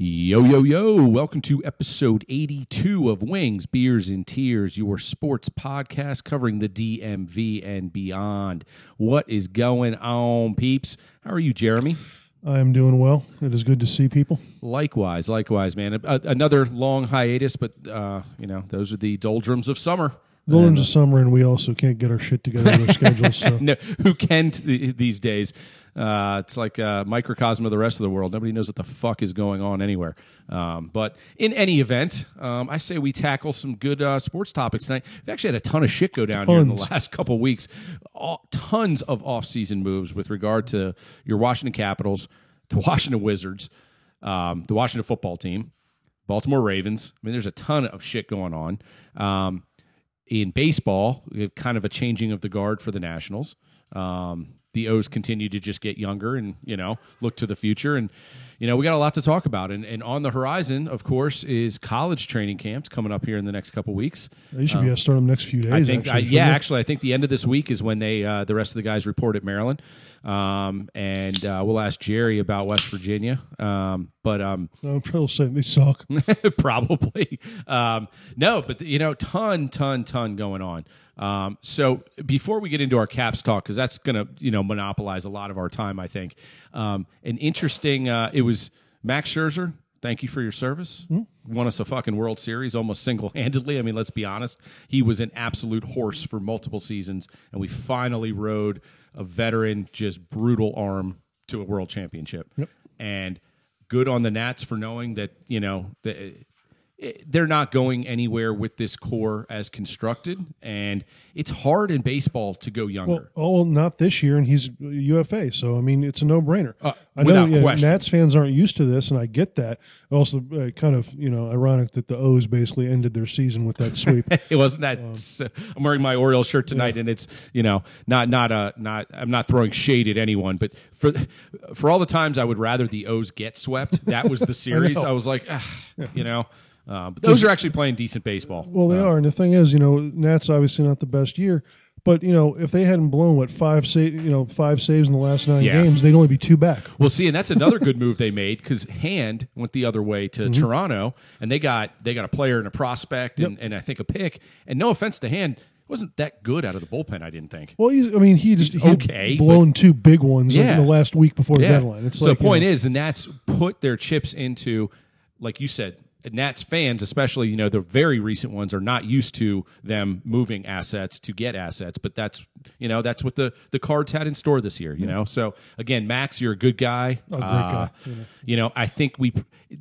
Yo, yo, yo. Welcome to episode 82 of Wings, Beers, and Tears, your sports podcast covering the DMV and beyond. What is going on, peeps? How are you, Jeremy? I am doing well. It is good to see people. Likewise, likewise, man. A- a- another long hiatus, but, uh, you know, those are the doldrums of summer. uh, Golden's a summer, and we also can't get our shit together with our schedules. So No, who can t- these days? Uh, it's like a microcosm of the rest of the world. Nobody knows what the fuck is going on anywhere. Um, but in any event, um, I say we tackle some good uh, sports topics tonight. We've actually had a ton of shit go down here in the Tons. last couple weeks. All, tons of off-season moves with regard to your Washington Capitals, the Washington Wizards, um, the Washington football team, Baltimore Ravens. I mean, there's a ton of shit going on. Um, in baseball, we have kind of a changing of the guard for the Nationals. Um, the O's continue to just get younger and, you know, look to the future. And, you know, we got a lot to talk about. And, and on the horizon, of course, is college training camps coming up here in the next couple weeks. they should be able to start them next few days. Uh, I think, actually, I, shouldn't yeah, they? actually, I think the end of this week is when they uh, the rest of the guys report at Maryland, um, and uh, we'll ask Jerry about West Virginia. Um, but um, No, I'm probably saying they suck. probably um, no but you know ton ton ton going on um, so before we get into our caps talk because that's going to you know monopolize a lot of our time i think um, an interesting uh, it was max scherzer thank you for your service won us a fucking world series almost single-handedly i mean let's be honest he was an absolute horse for multiple seasons and we finally rode a veteran just brutal arm to a world championship and good on the Nats for knowing that you know the, it- they're not going anywhere with this core as constructed, and it's hard in baseball to go younger. Oh, not this year, and he's UFA. So I mean, it's a no-brainer. I know Uh, without yeah, question. Nats fans aren't used to this, and I get that. Also, uh, kind of you know ironic that the O's basically ended their season with that sweep. it wasn't that. s I'm wearing my Orioles shirt tonight, and it's you know not not a not. I'm not throwing shade at anyone, but for for all the times I would rather the O's get swept. That was the series. I, was like, ah, you know, um, but those are actually playing decent baseball. Well, they are, and the thing is, you know, Nats obviously not the best year, but you know, if they hadn't blown what five sa- you know five saves in the last nine Yeah. games, they'd only be two back. Well, see, and that's another good move they made because Hand went the other way to Toronto, and they got they got a player and a prospect, and, and I think a pick. And no offense to Hand, wasn't that good out of the bullpen. I didn't think. Well, he's, I mean, he just he had okay, blown two big ones like, Yeah. in the last week before the deadline. It's so like the point you know, is, the Nats put their chips into, like you said, Nats fans, especially you know the very recent ones, are not used to them moving assets to get assets. But that's you know that's what the the Cards had in store this year. You know, so again, Max, you're a good guy. Oh, Uh, great guy. You know, I think we.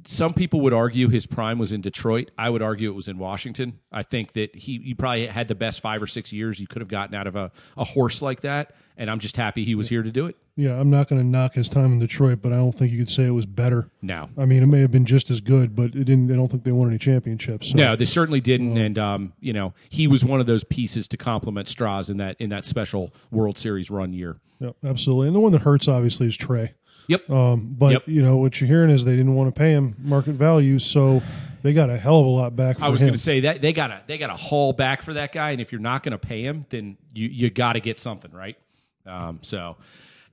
Some people would argue his prime was in Detroit. I would argue it was in Washington. I think that he you probably had the best five or six years you could have gotten out of a, a horse like that. And I'm just happy he was here to do it. yeah, I'm not going to knock his time in Detroit, but I don't think you could say it was better. No. I mean, it may have been just as good, but it didn't. I don't think they won any championships. So. No, they certainly didn't. and um, you know, he was one of those pieces to complement Straz in that in that special World Series run year. Yep, absolutely. And the one that hurts obviously is Trey. Yep. Um, but Yep. you know what you're hearing is they didn't want to pay him market value, so they got a hell of a lot back. For I was him. going to say that they got to they got to haul back for that guy, and if you're not going to pay him, then you you got to get something right. Um, so,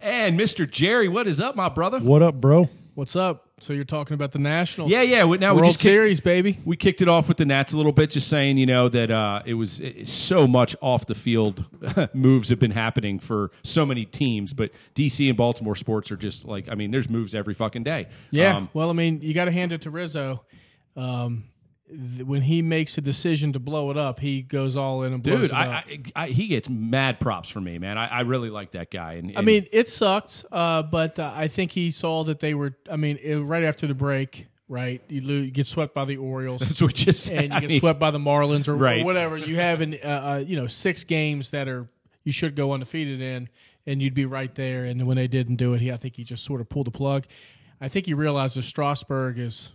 and Mr. Jerry, what is up, my brother? What up, bro? What's up? So you're talking about the Nationals? Yeah, yeah. we- Now World we just kicked, Series, baby. we kicked it off with the Nats a little bit, just saying you know that uh, it was it, so much off the field moves have been happening for so many teams, but DC and Baltimore sports are just like I mean, there's moves every fucking day. Yeah. Um, well, I mean, you got to hand it to Rizzo. Um, th- when he makes a decision to blow it up, he goes all in and Dude, blows it up. I, I, I, he gets mad props from me, man. I, I really like that guy. And, I and- mean, it sucked, uh, but uh, I think he saw that they were. I mean, it, right after the break, right? You, lose, you get swept by the Orioles, that's what you just said. and you I get mean, swept by the Marlins, or, or Right. whatever. You have in uh, uh, you know six games that are you should go undefeated in, and you'd be right there. And when they didn't do it, he I think he just sort of pulled the plug. I think he realized that Strasburg is.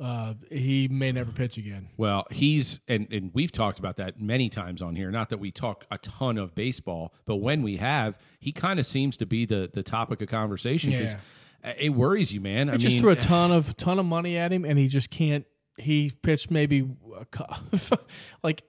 Uh, he may never pitch again. Well, he's and and we've talked about that many times on here. Not that we talk a ton of baseball, but when we have, he kind of seems to be the the topic of conversation because it worries you, man. I They just mean, threw a ton of ton of money at him, and he just can't. He pitched maybe a, cou- like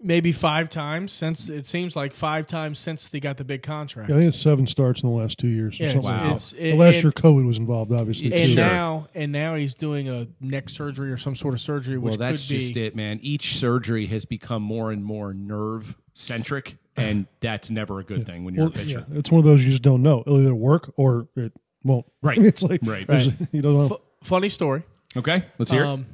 maybe five times since it seems like five times since they got the big contract. Yeah, I think it's seven starts in the last two years. Or Yeah, it's- something. like it's- that. it- the last and- year, COVID was involved, obviously. And And too. Sure. now, and now he's doing a neck surgery or some sort of surgery, which Well, that's could be just it, man. Each surgery has become more and more nerve centric, and that's never a good thing when you're Well, a pitcher. yeah, it's one of those you just don't know. It'll either work or it won't. Right. it's like Right. there's- You don't know. Fu- funny story. Okay, let's hear it. Um,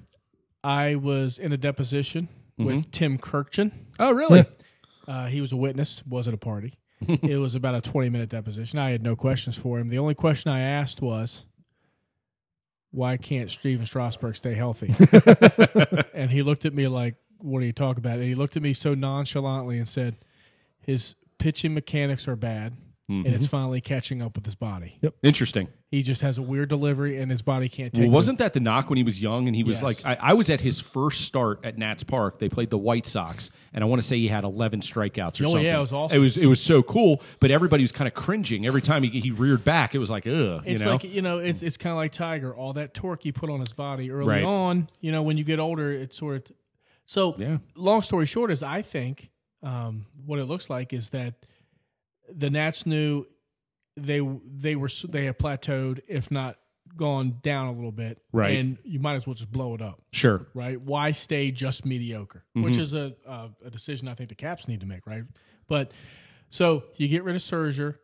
I was in a deposition Mm-hmm. with Tim Kirkchen. Oh, really? Uh, he was a witness, wasn't a party. it was about a 20 minute deposition. I had no questions for him. The only question I asked was, why can't Steven Strasberg stay healthy? and he looked at me like, what are you talking about? And he looked at me so nonchalantly and said, his pitching mechanics are bad, and it's finally catching up with his body. Interesting. He just has a weird delivery, and his body can't take Well, it. wasn't that the knock when he was young? And he was Yes. like, I, I was at his first start at Nats Park. They played the White Sox, and I want to say he had 11 strikeouts or Oh, yeah, something. it was awesome. It was it was so cool, but everybody was kind of cringing every time he, he reared back. It was like, ugh, It's you know. like you know, it's it's kind of like Tiger. All that torque he put on his body early Right. on, you know, when you get older, it's sort of. So, Yeah. long story short is, I think um, what it looks like is that the Nats knew they they were they had plateaued, if not gone down a little bit, Right. And you might as well just blow it up, sure. right? Why stay just mediocre? Mm-hmm. Which is a, a a decision I think the Caps need to make, right? But so you get rid of Serger.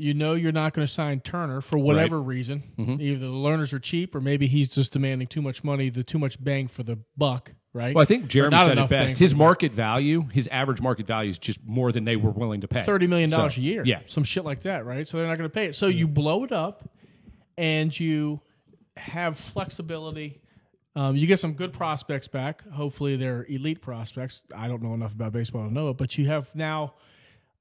You know you're not going to sign Turner for whatever reason. Mm-hmm. Either the learners are cheap, or maybe he's just demanding too much money, the too much bang for the buck, right? Well, I think Jeremy not said it enough bang best. for His the market value, his average market value is just more than they were willing to pay. thirty million dollars So, a year, Yeah. Mm-hmm. some shit like that, right? So they're not going to pay it. So you blow it up, and you have flexibility. Um, you get some good prospects back. Hopefully, they're elite prospects. I don't know enough about baseball to know it, but you have now,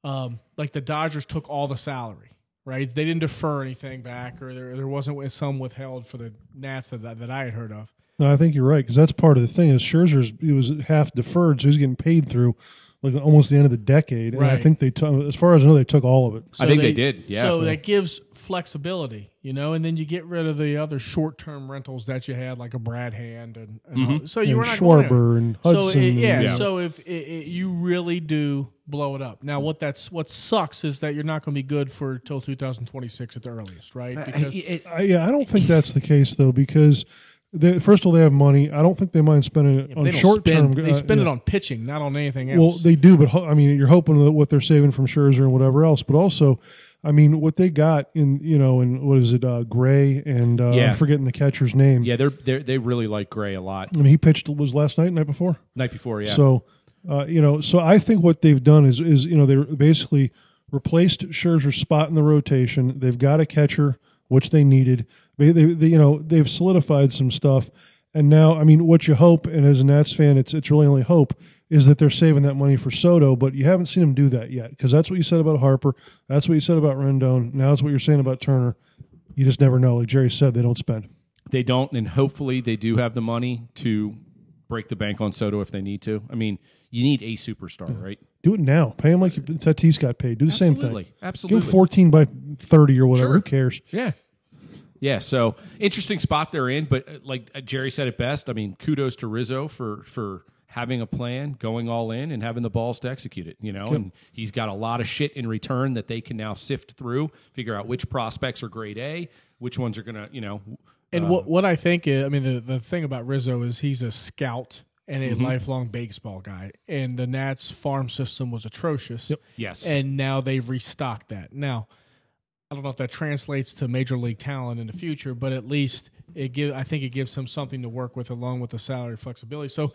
um, like the Dodgers took all the salary, right? They didn't defer anything back, or there, there wasn't some withheld for the Nats that, that I had heard of. No, I think you're right because that's part of the thing is Scherzer's it was half deferred, so he's getting paid through like almost the end of the decade. And I Right. think they took, as far as I know, they took all of it. I think they did, yeah. So Yeah. that gives flexibility, you know, and then you get rid of the other short-term rentals that you had, like a Brad Hand, and, and all- so you And were not going to- Schwarber and So Hudson it- Mm-hmm. yeah, and- Yeah. So if it, it, you really do blow it up, now what that's what sucks is that you're not going to be good for till 2026 at the earliest, right? Because I, yeah, I don't think that's the case though because they, first of all, they have money. I don't think they mind spending it they on uh, don't short term. spend- They spend it on pitching, not on anything else. Well, they do, but ho- I mean, you're hoping that what they're saving from Scherzer and whatever else, but also, I mean, what they got in you know, in what is it, uh, Gray and uh, Yeah. I'm forgetting the catcher's name. yeah, they're, they're, they really like Gray a lot. I mean, he pitched was last night, night before. Night before, yeah. So, uh, you know, so I think what they've done is is you know they basically replaced Scherzer's spot in the rotation. They've got a catcher, which they needed. They, they, they you know they've solidified some stuff, and now I mean, what you hope, and as a Nats fan, it's it's really only hope is that they're saving that money for Soto, but you haven't seen them do that yet because that's what you said about Harper, that's what you said about Rendon, now it's what you're saying about Turner. You just never know. Like Jerry said, they don't spend. they don't, and hopefully they do have the money to break the bank on Soto if they need to. I mean, you need a superstar, right? Do it now. Pay him like Tatis got paid. Do the same Absolutely. thing. Absolutely. Give him 14 by 30 or whatever. Sure. Who cares? Yeah. Yeah, so interesting spot they're in, but uh, like uh, Jerry said it best. I mean, kudos to Rizzo for for having a plan, going all in, and having the balls to execute it. You know, and he's got a lot of shit in return that they can now sift through, figure out which prospects are grade A, which ones are gonna, you know, And what what I think is, I mean, the, the thing about Rizzo is he's a scout and a lifelong baseball guy, and the Nats farm system was atrocious. Yes. and now they've restocked that. Now, I don't know if that translates to major league talent in the future, but at least it give I think it gives him something to work with along with the salary flexibility. So,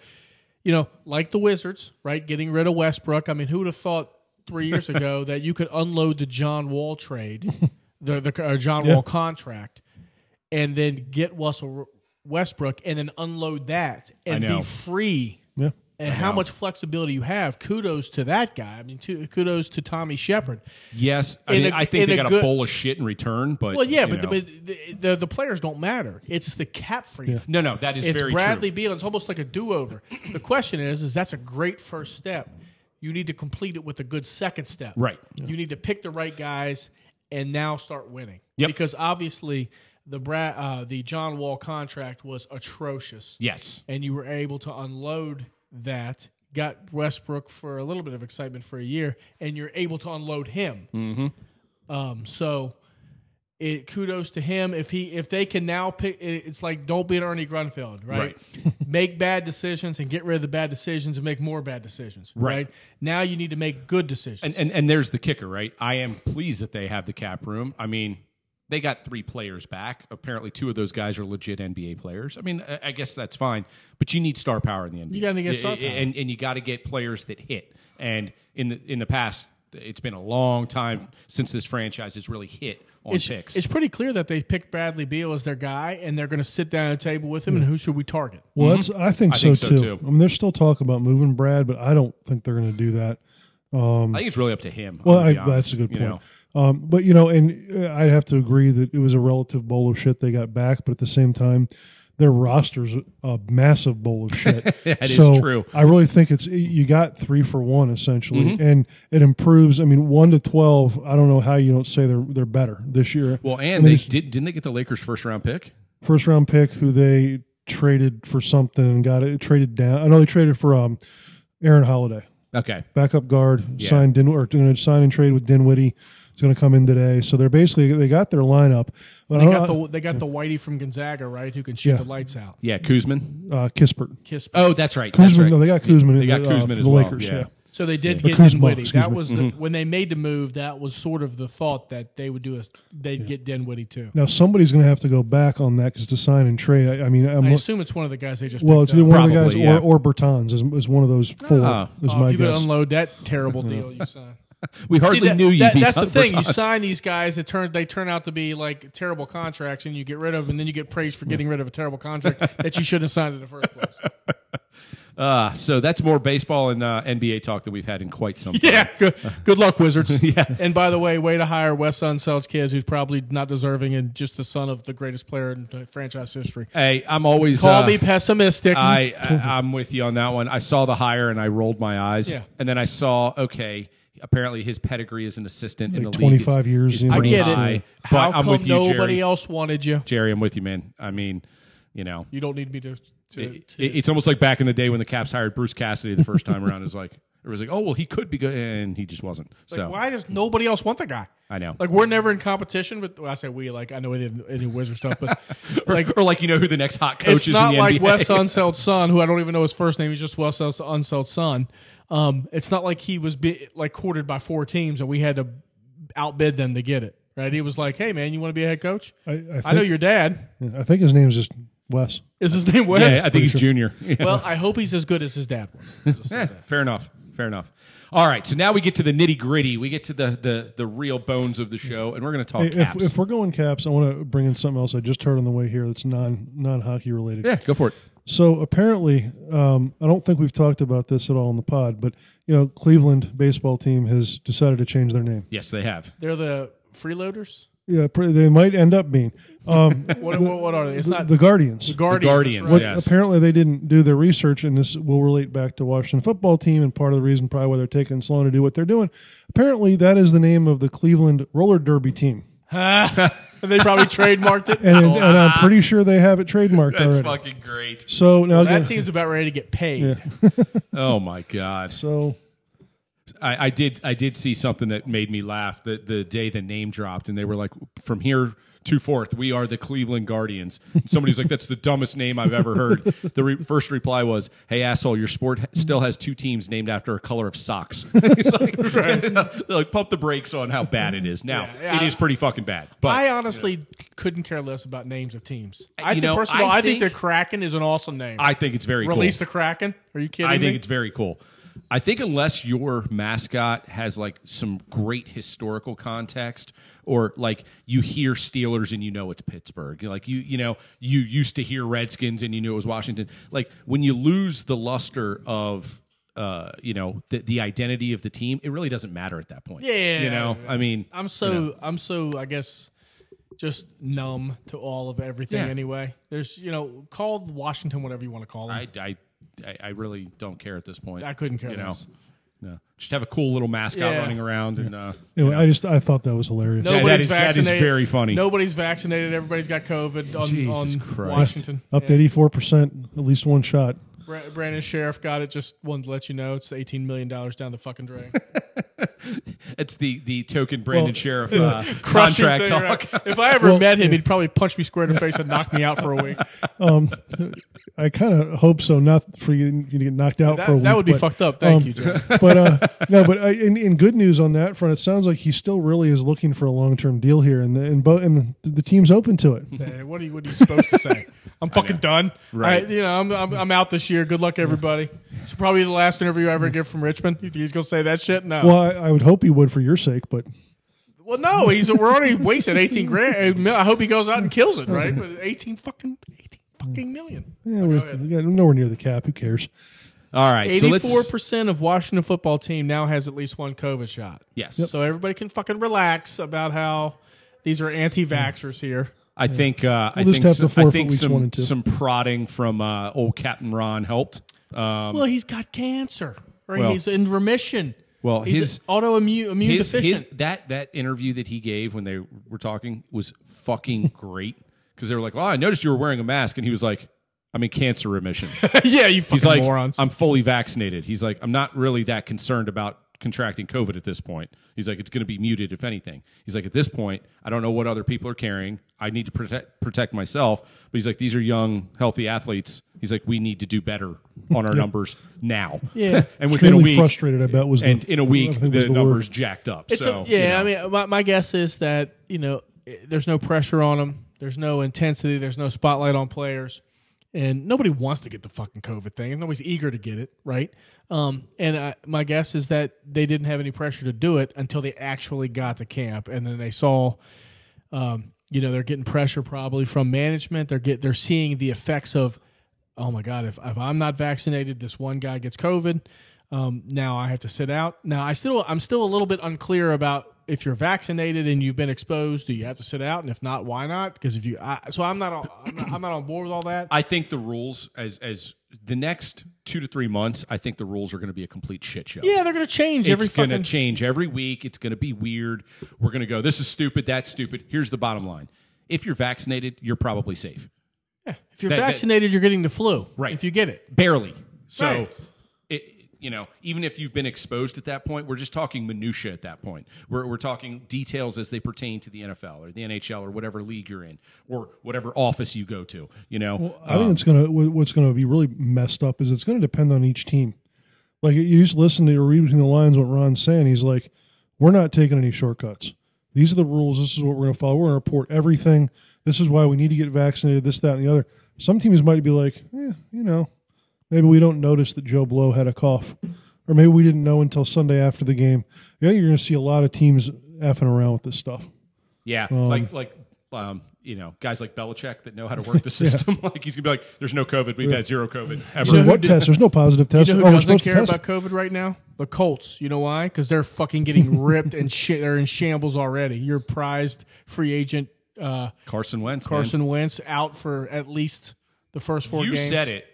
you know, like the Wizards, right? Getting rid of Westbrook. I mean, who would have thought three years ago that you could unload the John Wall trade, the the uh, John Wall contract, and then get Russell Westbrook and then unload that and know. be free. Yeah. Mm-hmm. And how much flexibility you have. Kudos to that guy. I mean, to, kudos to Tommy Shepard. yes, I, In mean, a- I think in they a got a good- bowl of shit in return, but Well, yeah, you but, the, know. but the, the the players don't matter. It's the cap freedom. no, no, that is It's very Bradley true. Beal. It's almost like a do-over. the question is, is that's a great first step. You need to complete it with a good second step. Right. You need to pick the right guys and now start winning. Yep. Because obviously the Brad, uh, the John Wall contract was atrocious, Yes, and you were able to unload that, got Westbrook for a little bit of excitement for a year, and you're able to unload him. Mm-hmm. Um, so it kudos to him if he if they can now pick. it- It's like don't be an Ernie Grunfeld, right? make bad decisions and get rid of the bad decisions and make more bad decisions, Right. right? Now you need to make good decisions. And, and and there's the kicker, right? I am pleased that they have the cap room. I mean, they got three players back. Apparently, two of those guys are legit NBA players. I mean, I, I guess that's fine, but you need star power in the NBA. You gotta get star power. and and you got to get players that hit. And in the in the past, it's been a long time since this franchise has really hit on it's, picks. it's pretty clear that they picked Bradley Beal as their guy, and they're going to sit down at a table with him. And who should we target? Well, that's, I think, so, think so, too. too. I mean, they're still talking about moving Brad, but I don't think they're going to do that. I think it's really up to him. I'm Well, gonna I, be honest, that's a good you point. know? Um, but you know, and uh, I'd have to agree that it was a relative bowl of shit they got back, but at the same time, their roster's a massive bowl of shit. That is is so true. Mm-hmm. I really think it's you got three for one essentially, and it improves. I mean, one to twelve. I don't know how you don't say they're they're better this year. Well, I and mean, they it's did didn't they get the Lakers first round pick? first round pick who they traded for something and got it traded down. I know they traded for um, Aaron Holiday Okay, backup guard signed Din or going to sign and trade with Dinwiddie. It's going to come in today. So they're basically they got their lineup. But They I got don't the they got the Whitey from Gonzaga, right? Who can shoot Yeah. the lights out? uh, yeah, Kuzman. uh, Kispert. Kiss. Oh, that's right. that's Kuzman, right. no, they got Kuzman. They got uh, Kuzman for as the well, Lakers. yeah. Yeah. So they did get Kuzma, Dinwiddie. excuse That me. was the, when they made the move. That was sort of the thought that they would do a they'd get Dinwiddie too. Now somebody's going to have to go back on that because to sign and trade. I, I mean, I'm, I assume it's one of the guys they just. well, it's picked either up. one of the guys Probably, yeah. or, or Bertans is, is one of those four. Ah. is Oh, my if you could guess. Uh-huh. unload that terrible deal you signed. We hardly See, that- knew you. that- beat that's the Tucker thing. You Tots. sign these guys that turn they turn out to be like terrible contracts, and you get rid of them, and then you get praised for getting rid of a terrible contract that you shouldn't have signed in the first place. Uh, so that's more baseball and uh, NBA talk than we've had in quite some time. Yeah, good, good luck, Wizards. yeah. And by the way, way to hire Wes Unseld's kids, who's probably not deserving and just the son of the greatest player in uh, franchise history. Hey, I'm always Call uh, me pessimistic. I, I I'm with you on that one. I saw the hire and I rolled my eyes. Yeah. And then I saw okay, apparently his pedigree as an assistant in the Like league. 25 is- years, is you know, pretty I get it. high. But How I'm come with you, nobody Jerry. else wanted you? Jerry, I'm with you, man. I mean, you know, You don't need me to. to, it- it's almost like back in the day when the Caps hired Bruce Cassidy the first time around. Is like it was like, oh well, he could be good, and he just wasn't. so Why does nobody else want the guy? I know. Like we're never in competition with. Well, I say we. Like I know they didn't any wizard stuff, but like or like you know who the next hot coach it's is not in the like NBA. Wes Unseld's son, who I don't even know his first name. He's just Wes Unseld's son. Um, it's not like he was be, like courted by four teams and we had to outbid them to get it. Right? He was like, "Hey, man, you want to be a head coach? I, I, think, I know your dad. I think his name's just Wes. Is his name Wes? yeah, I think he's junior. Yeah. well, I hope he's as good as his dad was. Eh, fair enough. Fair enough. All right. So now we get to the nitty gritty. We get to the, the the real bones of the show, and we're going to talk Hey, If, caps. if we're going caps, I want to bring in something else I just heard on the way here that's non non hockey related. yeah, go for it. So apparently, um, I don't think we've talked about this at all in the pod, but you know, Cleveland baseball team has decided to change their name. Yes, they have. They're the freeloaders. Yeah, pre- they might end up being um, What, what, what are they? It's not the Guardians. Guardians. Guardians, right? But yes. Apparently, they didn't do their research, and this will relate back to Washington football team, and part of the reason probably why they're taking so long to do what they're doing. Apparently, that is the name of the Cleveland roller derby team, And they probably trademarked it. Oh, and, and I'm pretty sure they have it trademarked already. fucking great. So now again, that seems about ready to get paid. Oh my god. so I, I did I did see something that made me laugh the the day the name dropped, and they were like, from here to forth, we are the Cleveland Guardians. And somebody's like, that's the dumbest name I've ever heard. The re- first reply was, "Hey asshole, your sport ha- still has two teams named after a color of socks." it's like, they're like, pump the brakes on how bad it is. Now Yeah, it I- is pretty fucking bad, but I uh, honestly couldn't care less about names of teams. I You think, know, first of I all, I think, think- the Kraken is an awesome name. I think it's very Release cool. the Kraken? Are you kidding I me? think it's very cool. I think unless your mascot has like some great historical context, or like you hear Steelers and you know it's Pittsburgh, like you you know you used to hear Redskins and you knew it was Washington. Like when you lose the luster of uh you know the, the identity of the team, it really doesn't matter at that point. Yeah. you know I mean I'm so I'm so I guess just numb to all of everything Yeah. anyway. There's you know call Washington whatever you want to call them. I I I- I really don't care at this point. I, couldn't care you know. less. No. Just have a cool little mascot Yeah. running around and uh, anyway, I just I thought that was hilarious. that Nobody's is- that is vaccinated. very funny. Nobody's vaccinated. Everybody's got COVID on, Jesus on Christ. Washington. Up to eighty four percent, at least one shot. Bra- Brandon Sheriff got it. Just wanted to let you know it's eighteen million dollars down the fucking drain. It's the the token Brandon Well, Sheriff uh, Crushing contract thing, talk. right? If I ever Well- met him, he'd probably punch me square in the face and knock me out for a week. I kind of hope so. Not for you, you to get knocked out That, for a week. that would be but, fucked up. Thank um, you, Jack. but uh, no, but I, in, in good news on that front, it sounds like he still really is looking for a long term deal here, and the, and, bo- and the, the team's open to it. Hey, What are you? What are you supposed to say? I'm fucking done. Right. I- you know, I'm, I'm I'm out this year. Good luck, everybody. It's probably the last interview I ever get from Richmond. You think he's gonna say that shit? No. Well, I, I would hope he would for your sake, but Well, no, he's we're already wasting eighteen grand. I hope he goes out and kills it, right? But eighteen fucking eighteen fucking million. yeah, we're, we got nowhere near the cap. Who cares? All right, so let's. Eighty-four percent of Washington football team now has at least one COVID shot. Yes, So everybody can fucking relax about how these are anti-vaxxers Mm. here. I think uh, I We'll just think have some, to forfeit I think weeks one some, and two. some prodding from uh, old Captain Ron helped. Um, well, he's got cancer. Right? Well- he's in remission. Well, he's his- autoimmune immune his, deficient. his that that interview that he gave when they were talking was fucking great because they were like, "Well, I noticed you were wearing a mask," and he was like, "I'm in cancer remission." yeah, you fucking He's like, morons. "I'm fully vaccinated." He's like, "I'm not really that concerned about." Contracting COVID at this point. He's like, it's going to be muted, if anything. He's like, at this point, I don't know what other people are carrying. I need to protect protect myself. But he's like, these are young, healthy athletes. He's like, we need to do better on our numbers now. Yeah. and within a Extremely week, frustrated. I bet was and the, in a I week the, think was the word. numbers jacked up. It's so a, yeah, you know. I mean, my, my guess is that you know, i- there's no pressure on them. There's no intensity. There's no spotlight on players, and nobody wants to get the fucking COVID thing, and nobody's eager to get it, right? Um, and I, my guess is that they didn't have any pressure to do it until they actually got to camp, and then they saw, um, you know, they're getting pressure probably from management. They're get they're seeing the effects of, oh my god, if if I'm not vaccinated, this one guy gets COVID. Um, now I have to sit out. Now I still I'm still a little bit unclear about if you're vaccinated and you've been exposed, do you have to sit out? And if not, why not? Because if you I, so I'm not, on, I'm not I'm not on board with all that. I think the rules as as the next two to three months, I think the rules are going to be a complete shit show. yeah, they're gonna change every it's going to fucking. change every week. It's going to be weird. We're going to go. This is stupid. That's stupid. Here's the bottom line: if you're vaccinated, you're probably safe, if you're that- that- vaccinated, you're getting the flu. Right. If you get it, barely. So. Right. It, you know, even if you've been exposed at that point, we're just talking minutia at that point. We're, we're talking details as they pertain to the NFL or the NHL or whatever league you're in or whatever office you go to. You know, I think it's gonna wh- what's gonna be really messed up is it's gonna depend on each team. Like you just listen to or read between the lines what Ron's saying. He's like, we're not taking any shortcuts. These are the rules. This is what we're gonna follow. We're gonna report everything. This is why we need to get vaccinated. This, that, and the other. Some teams might be like, eh, you know, maybe we don't notice that Joe Blow had a cough, or maybe we didn't know until Sunday after the game. Yeah, you're gonna see a lot of teams effing around with this stuff. Yeah, like like um, you know, guys like Belichick that know how to work the system. like he's gonna be like, "There's no COVID. We've had zero COVID ever." So what test? There's no positive test. You know Oh, who we're doesn't supposed to care test it. about COVID right now? The Colts. You know why? Because they're fucking getting ripped and shit. They're in shambles already. Your prized free agent uh, Carson Wentz. man. Carson Wentz out for at least the first four. you games. said it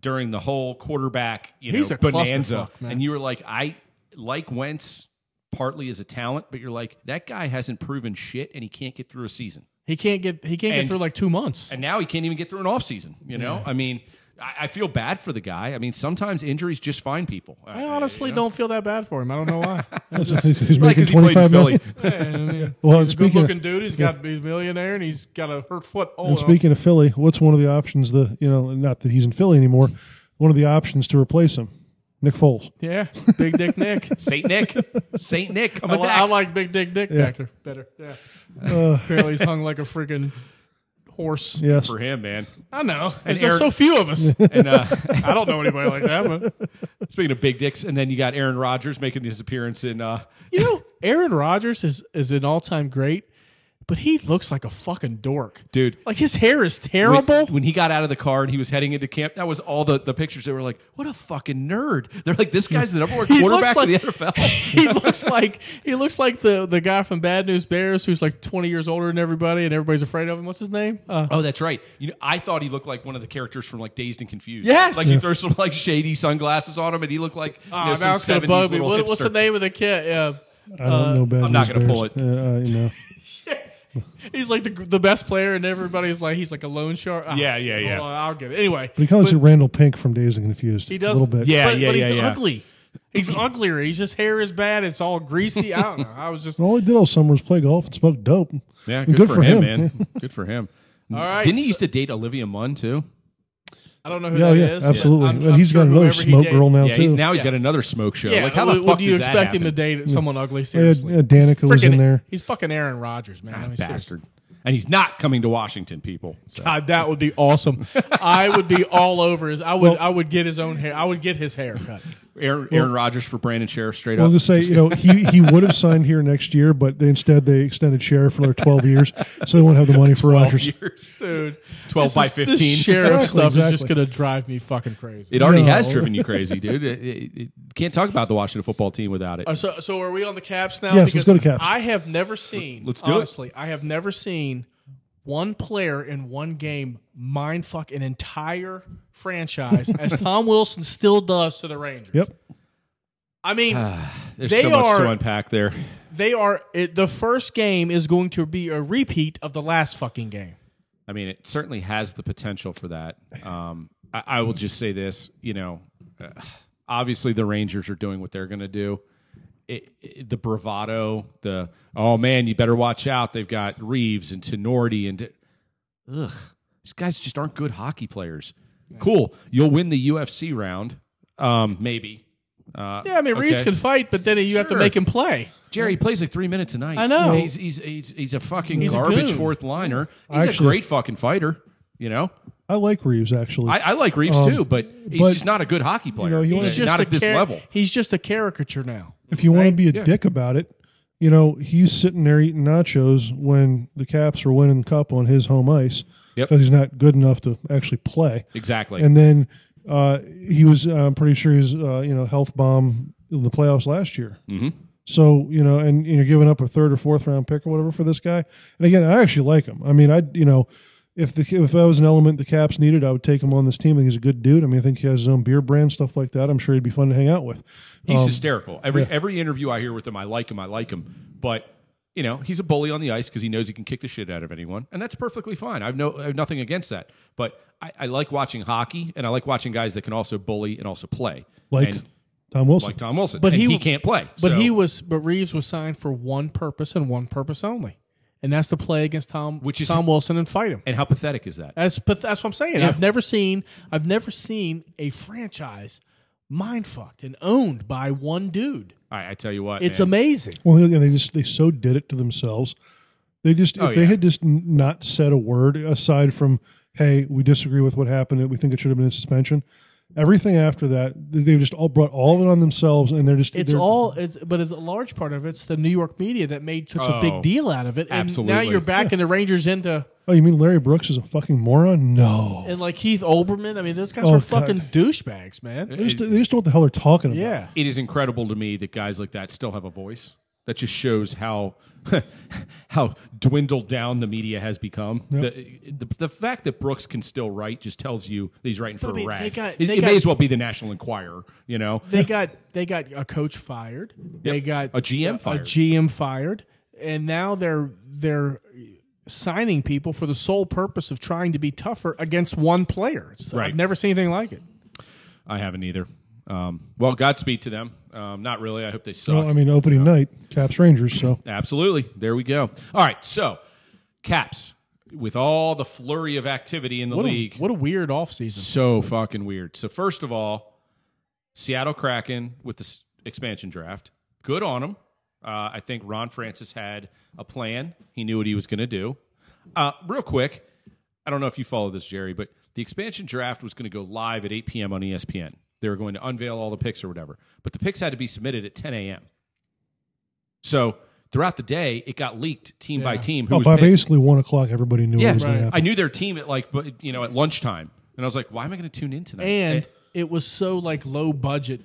during the whole quarterback. You He's know, a bonanza, clusterfuck, man. and you were like, "I like Wentz." Partly as a talent, but you're like that guy hasn't proven shit, and he can't get through a season. He can't get. He can't And- get through like two months. and now he can't even get through an offseason. You know, I mean, I, I feel bad for the guy. I mean, sometimes injuries just find people. I honestly don't feel that bad for him. I don't know why. He's Right, because he making played in 25 Philly. million. Well, and Good speaking of, looking dude. He's got he's a millionaire and he's got a hurt foot. Oh, and speaking of Philly, what's one of the options? The you know, not that he's in Philly anymore. One of the options to replace him, Nick Foles. yeah, Big Dick Nick. Saint Nick, Saint Nick I, coming li- back. I like Big Dick Dick Yeah. Uh. Decker better. Yeah, apparently he's hung like a freaking horse. Yes, for him, man. I know. There's Eric- so few of us. And uh, I don't know anybody like that, but speaking of big dicks, and then you got Aaron Rodgers making his appearance in. Uh, you know, Aaron Rodgers is is an all time great, but he looks like a fucking dork, Dude. Like his hair is when, terrible. when he got out of the car and he was heading into camp, that was all the, the pictures. They were like, "What a fucking nerd!" They're like, "This guy's the number one He quarterback looks like- of the NFL." he looks like he looks like the the guy from Bad News Bears who's like 20 years older than everybody and everybody's afraid of him. What's his name? Uh, Oh, that's right. You know, I thought he looked like one of the characters from like Dazed and Confused. Yes! like you throw some like shady sunglasses on him, and he looked like you know, ah, now some it's gonna seventies bug me. little What- what's the hipster. name of the kid? Uh, I don't know. Bad I'm not gonna news bears. pull it. Uh, uh, you know, he's like the, the best player, and everybody's like he's like a loan shark. Ah, Yeah, yeah, hold yeah. on, I'll get it anyway. But he kind of looks like Randall Pink from Dazed and Confused. He does a little bit. Yeah, but, yeah, but yeah, he's yeah. ugly. He's uglier. He's just hair is bad. It's all greasy. I don't know. I was just all And all he did all summer was play golf and smoke dope. Yeah, And good, for, him, man. good for him. All right, Didn't he so- used to date Olivia Munn too? I don't know who Yeah, that yeah, is. absolutely. I'm- and I'm he's sure got whoever another he smoke dated- girl now Yeah, too. he, now he's got another smoke show. Yeah, like how the what- fuck what do you does that expect him to happen? date someone ugly? They had, Seriously, uh, Danica was in Frickin- there. He's fucking Aaron Rodgers, man. I mean, seriously. Bastard. And he's not coming to Washington, people. So. God, Uh, that would be awesome. I would be all over his. I would. I would get his own hair. I would get his hair cut. Aaron, Aaron Rodgers for Brandon Sheriff straight I up. was gonna say, you know, he, he would have signed here next year, but they, instead they extended Sheriff for another twelve years, so they won't have the money for Rogers. years. Dude, 12 this by is- 15. This sheriff Exactly, stuff is just exactly. gonna drive me fucking crazy. It already No. has driven you crazy, dude. It- it- it- can't talk about the Washington football team without it. Uh, so, so are we on the Caps now? Yes, let's go to Caps. I have never seen. Let's do it. honestly, I have never seen one player in one game mind fuck an entire franchise as Tom Wilson still does to the Rangers. Yep. I mean, Ah. There's they so much to are- unpack there. they are. It, the first game is going to be a repeat of the last fucking game. I mean, it certainly has the potential for that. Um, I, I will just say this, you know, uh, obviously the Rangers are doing what they're going to do. It, it- the bravado, the oh man, you better watch out. They've got Reeves and Tenorti and ugh, these guys just aren't good hockey players. Cool, you'll win the UFC round, um, maybe. Uh, Yeah, I mean, Reeves okay. can fight, but then you have to Sure. make him play. Jerry he plays like three minutes a night. I know. He's he's he's, he's a fucking He's a garbage goon. fourth liner. He's Actually- a great fucking fighter. You know, I like Reeves actually. I, I like Reeves Um, too, but he's but, just not a good hockey player. know, you wanna- he's just He's just not a at this char- level. He's just a caricature now. if you want to be a dick about it, you know, he's sitting there eating nachos when the Caps were winning the cup on his home ice Yep. because he's not good enough to actually play. Exactly. And then uh, he was, I'm pretty sure he was, uh, you know, health bomb in the playoffs last year. Mm-hmm. So, you know, and you know, giving up a third or fourth round pick or whatever for this guy. And again, I actually like him. I mean, I, you know, if the if that was an element the Caps needed, I would take him on this team. I think he's a good dude. I mean, I think he has his own beer brand, stuff like that. I'm sure he'd be fun to hang out with. he's um, hysterical. Every every interview I hear with him, I like him. I like him, but. You know he's a bully on the ice because he knows he can kick the shit out of anyone, and that's perfectly fine. I've no, I have nothing against that. But I, I like watching hockey, and I like watching guys that can also bully and also play, Like And- Tom Wilson. like Tom Wilson. But But he, he- can't play. But so- he was, but Reeves was signed for one purpose and one purpose only, and that's to play against Tom, Which which is- is Tom Wilson and fight him. and how pathetic is that? That's but that's what I'm saying. Yeah. I've never seen, I've never seen a franchise mind fucked and owned by one dude. I, I tell you what, It's man. amazing. Well, and they just they so did it to themselves. They just if Oh, they yeah. had just n- not said a word aside from "Hey, we disagree with what happened. and We think it should have been a suspension." Everything after that, th- they've just all brought all of it on themselves, and they're just It's they're- all, it's, but it's a large part of it's the New York media that made such a Oh, big deal out of it, and now absolutely. you're back in the Rangers into Oh, you mean Larry Brooks is a fucking moron? No, and like Keith Olbermann. I mean, those guys Oh, are God. fucking douchebags, man. they just, they just know what the hell they're talking about. Yeah. it is incredible to me that guys like that still have a voice. That just shows how how dwindled down the media has become. The, the, the fact that Brooks can still write just tells you that he's writing for I mean, a rag. they got- it they it got- may as well be the National Enquirer, you know. They got they got a coach fired. They got A GM fired. A GM fired, and now they're they're signing people for the sole purpose of trying to be tougher against one player. So Right. I've never seen anything like it. I haven't either. Um, well, Godspeed to them. Um, not really. I hope they suck. Well, I mean, opening night, Caps Rangers. So Absolutely. There we go. All right. So, Caps with all the flurry of activity in the What a, league. what a weird offseason. so fucking weird. So first of all, Seattle Kraken with the s- expansion draft. Good on them. Uh, I think Ron Francis had a plan. He knew what he was going to do. Uh, real quick, I don't know if you follow this, Jerry, but the expansion draft was going to go live at 8 p.m. on E ESPN. They were going to unveil all the picks or whatever, but the picks had to be submitted at 10 a.m. So throughout the day, it got leaked team by team. Who oh, was by picked. basically one o'clock, everybody knew Yeah, what was going to happen. I knew their team at like, but you know, at lunchtime, and I was like, why am I going to tune in tonight? And it was so like low budget.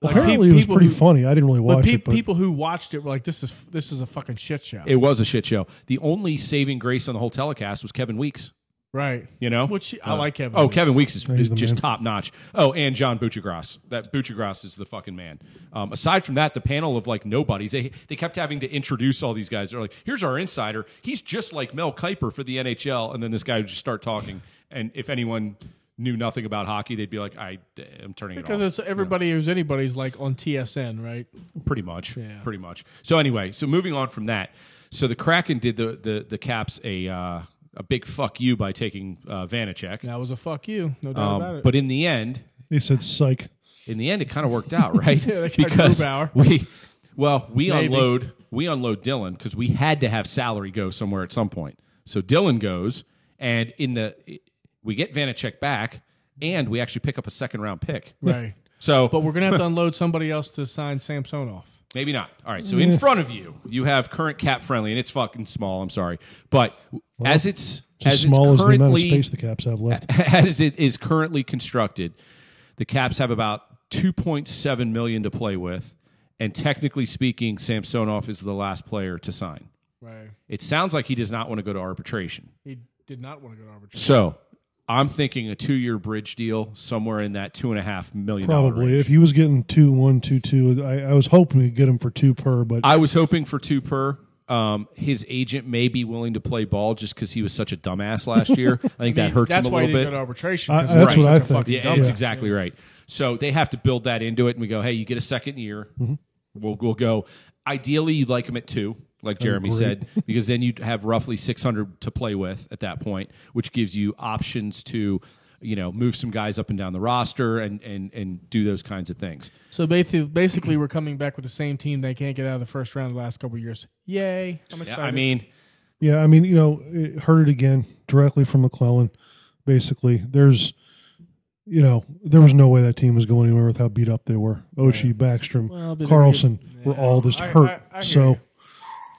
Like, Apparently, pe- it was people pretty who- funny. I didn't really watch But, pe- it, but people who watched it were like, "This is this is a fucking shit show." it was a shit show. The only saving grace on the whole telecast was Kevin Weeks. Right. You know, Which I like Kevin Oh, Weeks. Kevin Weeks is, is the just man. top notch. Oh, and John Buchagross. That Buchagross is the fucking man. Um, aside from that, the panel of like nobodies. They they kept having to introduce all these guys. They're like, here's our insider. He's just like Mel Kiper for the NHL. And then this guy would just start talking. And if anyone knew nothing about hockey, they'd be like, I am turning it off. Because it's everybody who's anybody's like on TSN, right? pretty much pretty much so anyway so moving on from that so the kraken did the the, the caps a uh, a big fuck you by taking uh, vanacek Um, That was a fuck you, no doubt about it. but in the end They said psych. in the end it kind of worked out right they got because Grubauer. we well we Maybe. unload we unload dylan because we had to have salary go somewhere at some point so dylan goes and in the we get vanacek back and we actually pick up a second round pick right. so But we're gonna have to unload somebody else to sign Samsonov. Maybe not. All right. So in front of you, you have current cap friendly, and it's fucking small. I'm sorry, but as it's Just as small it's as the amount of currently space the Caps have left. as it is currently constructed, the Caps have about 2.7 million to play with, and technically speaking, Samsonov is the last player to sign. Right. It sounds like he does not want to go to arbitration. He did not want to go to arbitration. So I'm thinking a two year bridge deal somewhere in that two and a half million dollar Probably. range. If he was getting two, one, two, two, I, I was hoping we'd get him for two per, but I was hoping for two per. Um, his agent may be willing to play ball just because he was such a dumbass last year. I think that hurts That's him a why he little didn't bit. go to arbitration. I- 'cause that's he was what I such a think. fucking yeah, dumbass. it's exactly right. So they have to build that into it, and we go, hey, you get a second year. We'll we'll go. Ideally, you'd like him at two, like Jeremy said, because then you'd have roughly 600 to play with at that point, which gives you options to, you know, move some guys up and down the roster and and and do those kinds of things. So basically, basically, we're coming back with the same team they can't get out of the first round the last couple of years. Yay! I'm Yeah, excited. I mean, Yeah, I mean, you know, it heard it again directly from McClellan. Basically, there's, you know, there was no way that team was going anywhere with how beat up they were. Oshie, Backstrom, Well, but they're Carlson good- were all just I- hurt. I- I hear so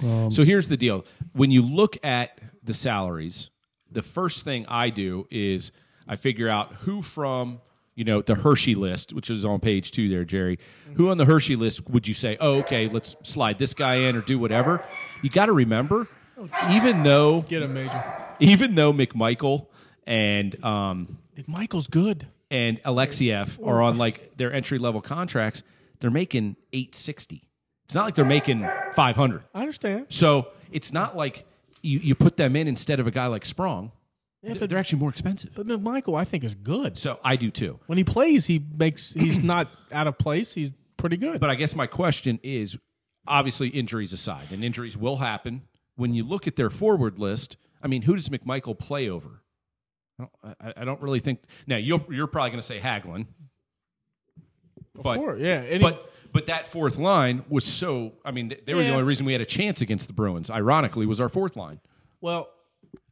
you. So here's the deal. When you look at the salaries, the first thing I do is I figure out who from, you know, the Hershey list, which is on page two there, Jerry, who on the Hershey list would you say, oh, okay, let's slide this guy in or do whatever? You got to remember, even though, get him, Major. even though McMichael and, um, Michael's good. and Alexiev are on like their entry level contracts, they're making 860. It's not like they're making 500. I understand. So it's not like you, you put them in instead of a guy like Sprong. They're- they're actually more expensive. But Michael, I think, is good. So I do too. When he plays, he makes. He's not out of place. He's pretty good. But I guess my question is obviously injuries aside, and injuries will happen. When you look at their forward list, I mean, who does McMichael play over? I don't- I, I don't really think. Now, you're, you're probably going to say Haglin. But, Sure, yeah. Any, but, but that fourth line was so. I mean, they were the Yeah. only reason we had a chance against the Bruins, ironically, was our fourth line. well,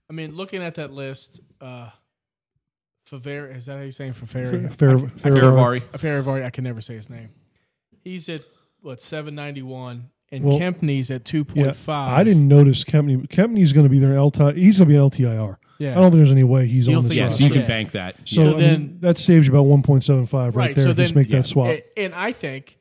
I mean, looking at that list, uh, Favre, is that how you saying Favre? fair, Ferravari. Favre, I can never say his name. He's at what seven ninety one, and Well, Kempney's at two Yeah, point five. I didn't notice Kempney. Kempney's going to be there in LTI. He's going to be in LTIR. Yeah. I don't think there's any way he's You on don't this think- Yeah, Yes, so roster. you can Yeah. bank that. So, Yeah. I mean, then- that saves you about 1.75 right, there. So then, just make that swap. And, and I think,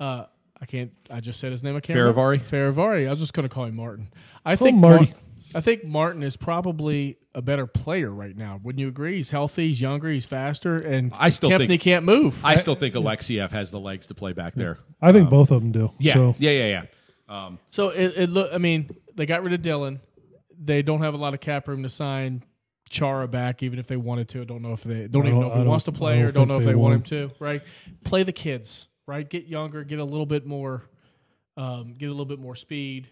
uh, I can't. I just said his name. I can't. Faravari? Faravari. I was just going to call him Martin. I think Marty. Mar- I think Martin is probably a better player right now. Wouldn't you agree? He's healthy. He's younger. He's faster. And I still Kempney think- can't move. I still think Alexiev has the legs to play back there. I think both of them do. Yeah, So, yeah, yeah, yeah. Um, so it, it look. I mean, they got rid of Dylan. They don't have a lot of cap room to sign Chara back, even if they wanted to. I don't know if they don't even don't- know if I he don't- wants to I play don't or don't think know if they they want him want to. Right? Play the kids. Right? Get younger. Get a little bit more. Um, get a little bit more speed.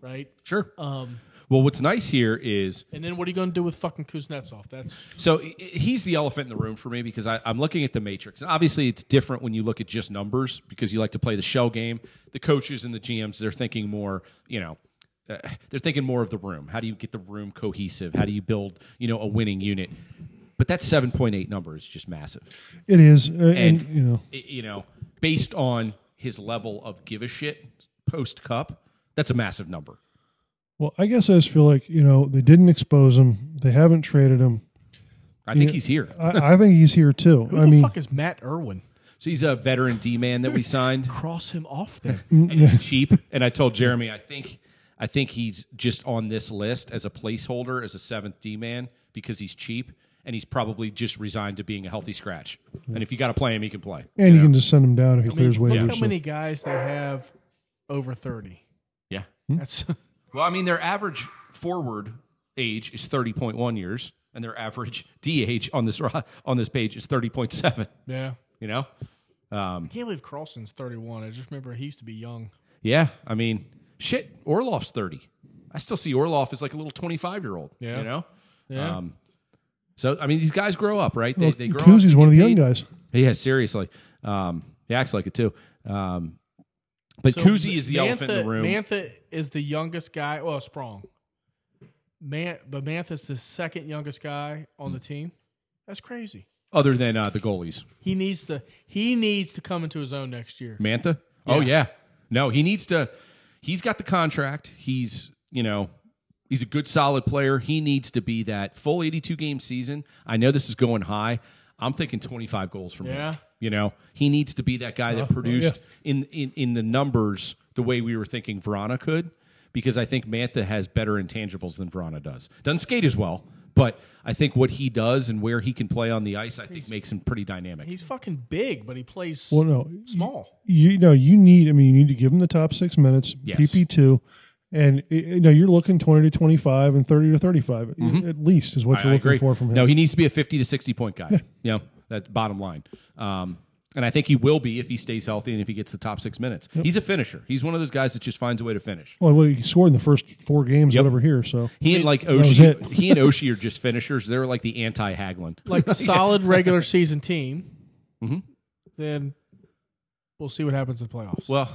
Right? sure. Um, Well, what's nice here is and then what are you going to do with fucking Kuznetsov? That's so i- i- he's the elephant in the room for me because I, I'm looking at the matrix, and obviously it's different when you look at just numbers because you like to play the shell game. The coaches and the GMs they're thinking more, you know. Uh, they're thinking more of the room. How do you get the room cohesive? How do you build, you know, a winning unit? But that 7.8 number is just massive. it is. uh, And, and you know, i- you know, based on his level of give a shit post cup, that's a massive number. Well, I guess I just feel like you know they didn't expose him. They haven't traded him. I think he's here. I, I think he's here too. who I the mean, fuck is Matt Irwin? So he's a veteran D man that we signed Cross him off there. Mm, and he's cheap. And I told Jeremy, I think I think he's just on this list as a placeholder as a seventh D man because he's cheap and he's probably just resigned to being a healthy scratch. And if you got to play him, he can play. And you can just send him down if he clears Look waivers. how many guys they have over thirty. Yeah. Hmm? That's Well, I mean, their average forward age is 30.1 years, and their average DH on this ro- on this page is 30.7. yeah. You know, I can't believe Carlson's thirty-one. I just remember he used to be young. yeah. I mean, shit. Orlov's 30. I still see Orlov as like a little 25 year old. Yeah. You know. Yeah. Um, so I mean, these guys grow up, right? They, they grow. Kuzi's up, one of the they young get guys. paid. Yeah, seriously. Um, he acts like it too. Um, but Kuzi is the elephant in the room. Mantha is the youngest guy. Well, Sprong. Man, but Mantha's the second youngest guy on Hmm. the team. That's crazy. other than uh, the goalies, He needs to. He needs to come into his own next year. Mantha. Oh yeah, no, he needs to. He's got the contract. He's you know he's a good solid player. He needs to be that full eighty-two game season. I know this is going high. I'm thinking twenty-five goals from Yeah. Uh, oh, him. You know he needs to be that guy that produced in, in in the numbers the way we were thinking Verana could because I think Mantha has better intangibles than Verana does. Doesn't skate as well. But I think what he does and where he can play on the ice, I think makes him pretty dynamic. He's fucking big, but he plays Well, no, small. you know you need. I mean, you need to give him the top six minutes, Yes. PP two, and y- you know you're looking twenty to twenty five and thirty to thirty five at least is what Mm-hmm. I- you're I looking agree. for from him. No, he needs to be a 50 to 60 point guy. Yeah. You know, that bottom line. Um, and I think he will be if he stays healthy and if he gets the top six minutes. He's a finisher. He's one of those guys that just finds a way to finish. well, well, he scored in the first four games, whatever. Here, so He and like was Oshie, it. he and Oshie are just finishers. They're like the anti Haglund. Like solid regular season team. Mm-hmm. Then we'll see what happens in the playoffs. Well,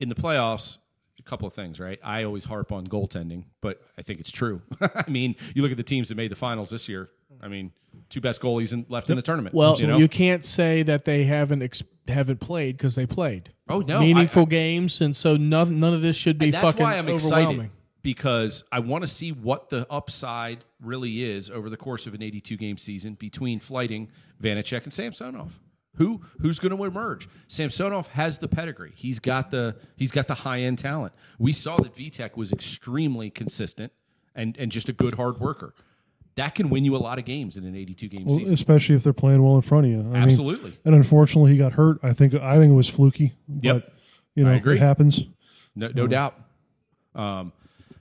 in the playoffs, a couple of things, right? I always harp on goaltending, but I think it's true. I mean, you look at the teams that made the finals this year. I mean, two best goalies in, left in the tournament. Well, you you, know, can't say that they haven't ex- haven't played because they played. Oh, no, I- meaningful I- games, and so none, none of this should be And that's fucking why I'm overwhelming. excited because I want to see what the upside really is over the course of an 82 game season between Flighting, Vanacek, and Samsonov. Who who's going to emerge? Samsonov has the pedigree. He's got the he's got the high end talent. We saw that Vitek was extremely consistent and and just a good hard worker. That can win you a lot of games in an 82 game well, season. especially if they're playing well in front of you. I mean, Absolutely. and unfortunately, he got hurt. I think I think it was fluky, but Yep. you know agree. it happens. No, no doubt. Um,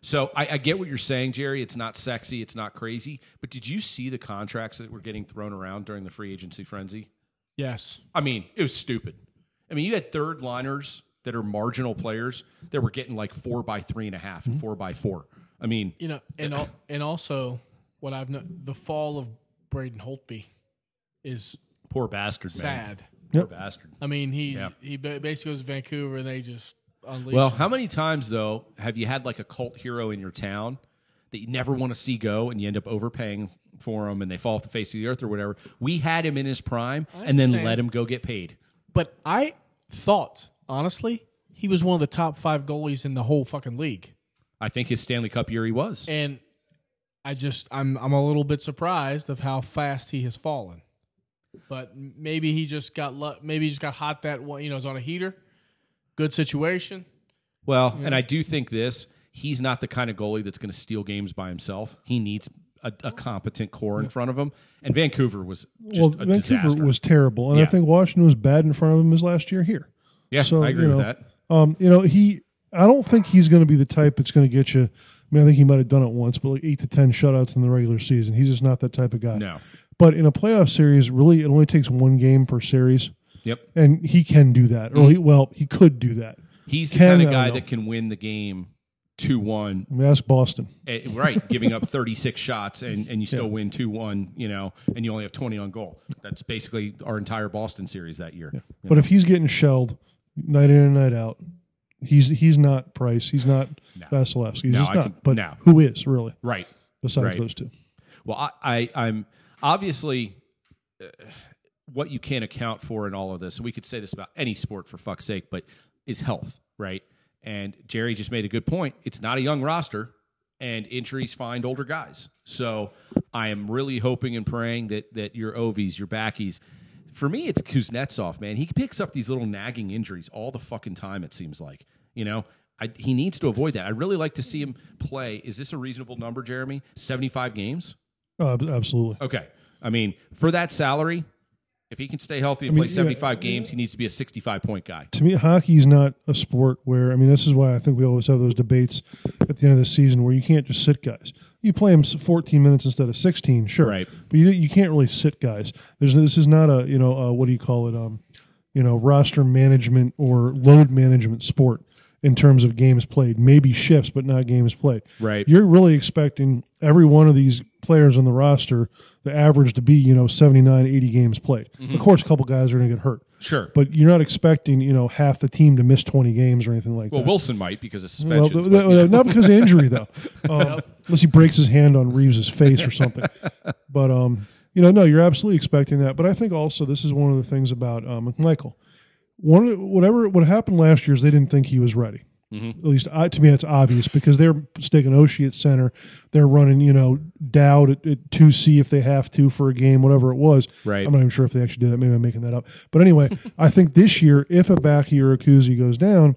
so I, I get what you're saying, Jerry. It's not sexy, it's not crazy. But did you see the contracts that were getting thrown around during the free agency frenzy? Yes, I mean, it was stupid. I mean, you had third liners that are marginal players that were getting like four by three and a half and four by four. I mean, you know, and al- and also what I've known, the fall of Braden Holtby is poor bastard, man. sad. Poor bastard. I mean, he he ba- basically goes to Vancouver and they just unleash. Well, him. how many times though have you had like a cult hero in your town that you never want to see go, and you end up overpaying for them, and they fall off the face of the earth or whatever? We had him in his prime, and then understand. let him go get paid. but I thought honestly he was one of the top five goalies in the whole fucking league, I think his Stanley Cup year he was. and I just I'm I'm a little bit surprised of how fast he has fallen. But maybe he just got lu- maybe he just got hot that one. You know, was on a heater, good situation. Well, and I do think this: he's not the kind of goalie that's going to steal games by himself. He needs a, a competent core in front of him. And Vancouver was just well, a Vancouver disaster. was terrible, and I Yeah. think Washington was bad in front of him as last year here. yeah, So I agree you know, with that. Um, you know, he. I don't think he's going to be the type that's going to get you. I mean, I think he might have done it once, but like eight to ten shutouts in the regular season. He's just not that type of guy. No. But in a playoff series, really, it only takes one game per series, Yep. and he can do that. Mm-hmm. Or he, well, he could do that. He's the Can- kind I of don't guy know. that can win the game two one I mean, ask Boston. Eh, right giving up 36 shots and, and you still win 2-1 you know and you only have 20 on goal that's basically our entire boston series that year But if he's getting shelled night in and night out, he's he's not Price. He's not Vasilevsky. He's No, just I not. can- but no. who is really right Right. besides those two? well i, I i'm obviously uh, what you can't account for in all of this and we could say this about any sport for fuck's sake but is health right and jerry just made a good point it's not a young roster and injuries find older guys so i am really hoping and praying that that your ovies your backies for me, it's Kuznetsov, man. He picks up these little nagging injuries all the fucking time. It seems like you know. I, he needs to avoid that. I really like to see him play. Is this a reasonable number, Jeremy? Seventy-five games. Oh, ab- absolutely. Okay. I mean, for that salary, if he can stay healthy and mean, play yeah. 75 games, he needs to be a 65 point guy. to me, hockey is not a sport where I mean, this is why I think we always have those debates at the end of the season where you can't just sit guys. You play them 14 minutes instead of 16, sure, Right. But you, you can't really sit guys. There's this is not a you know uh what do you call it um you know roster management or load management sport in terms of games played. Maybe shifts, but not games played. Right. You're really expecting every one of these players on the roster the average to be you know 79 80 games played. Mm-hmm. Of course, a couple guys are going to get hurt Sure. but you're not expecting you know half the team to miss 20 games or anything like well, that. Wilson might because of Well, suspensions. th- but, you know. th- not because of injury though, um, unless he breaks his hand on Reeves' face or something. But um, you know, no, you're absolutely expecting that. But I think also this is one of the things about um, Michael. One, of the- whatever what happened last year is they didn't think he was ready. Mm-hmm. At least I, to me, that's obvious because they're sticking Oshie at center. They're running, you know, Dowd at, at 2C if they have to for a game, whatever it was. Right. I'm not even sure if they actually did that. Maybe I'm making that up. But anyway, I think this year, if a Baki or a Kuzi goes down,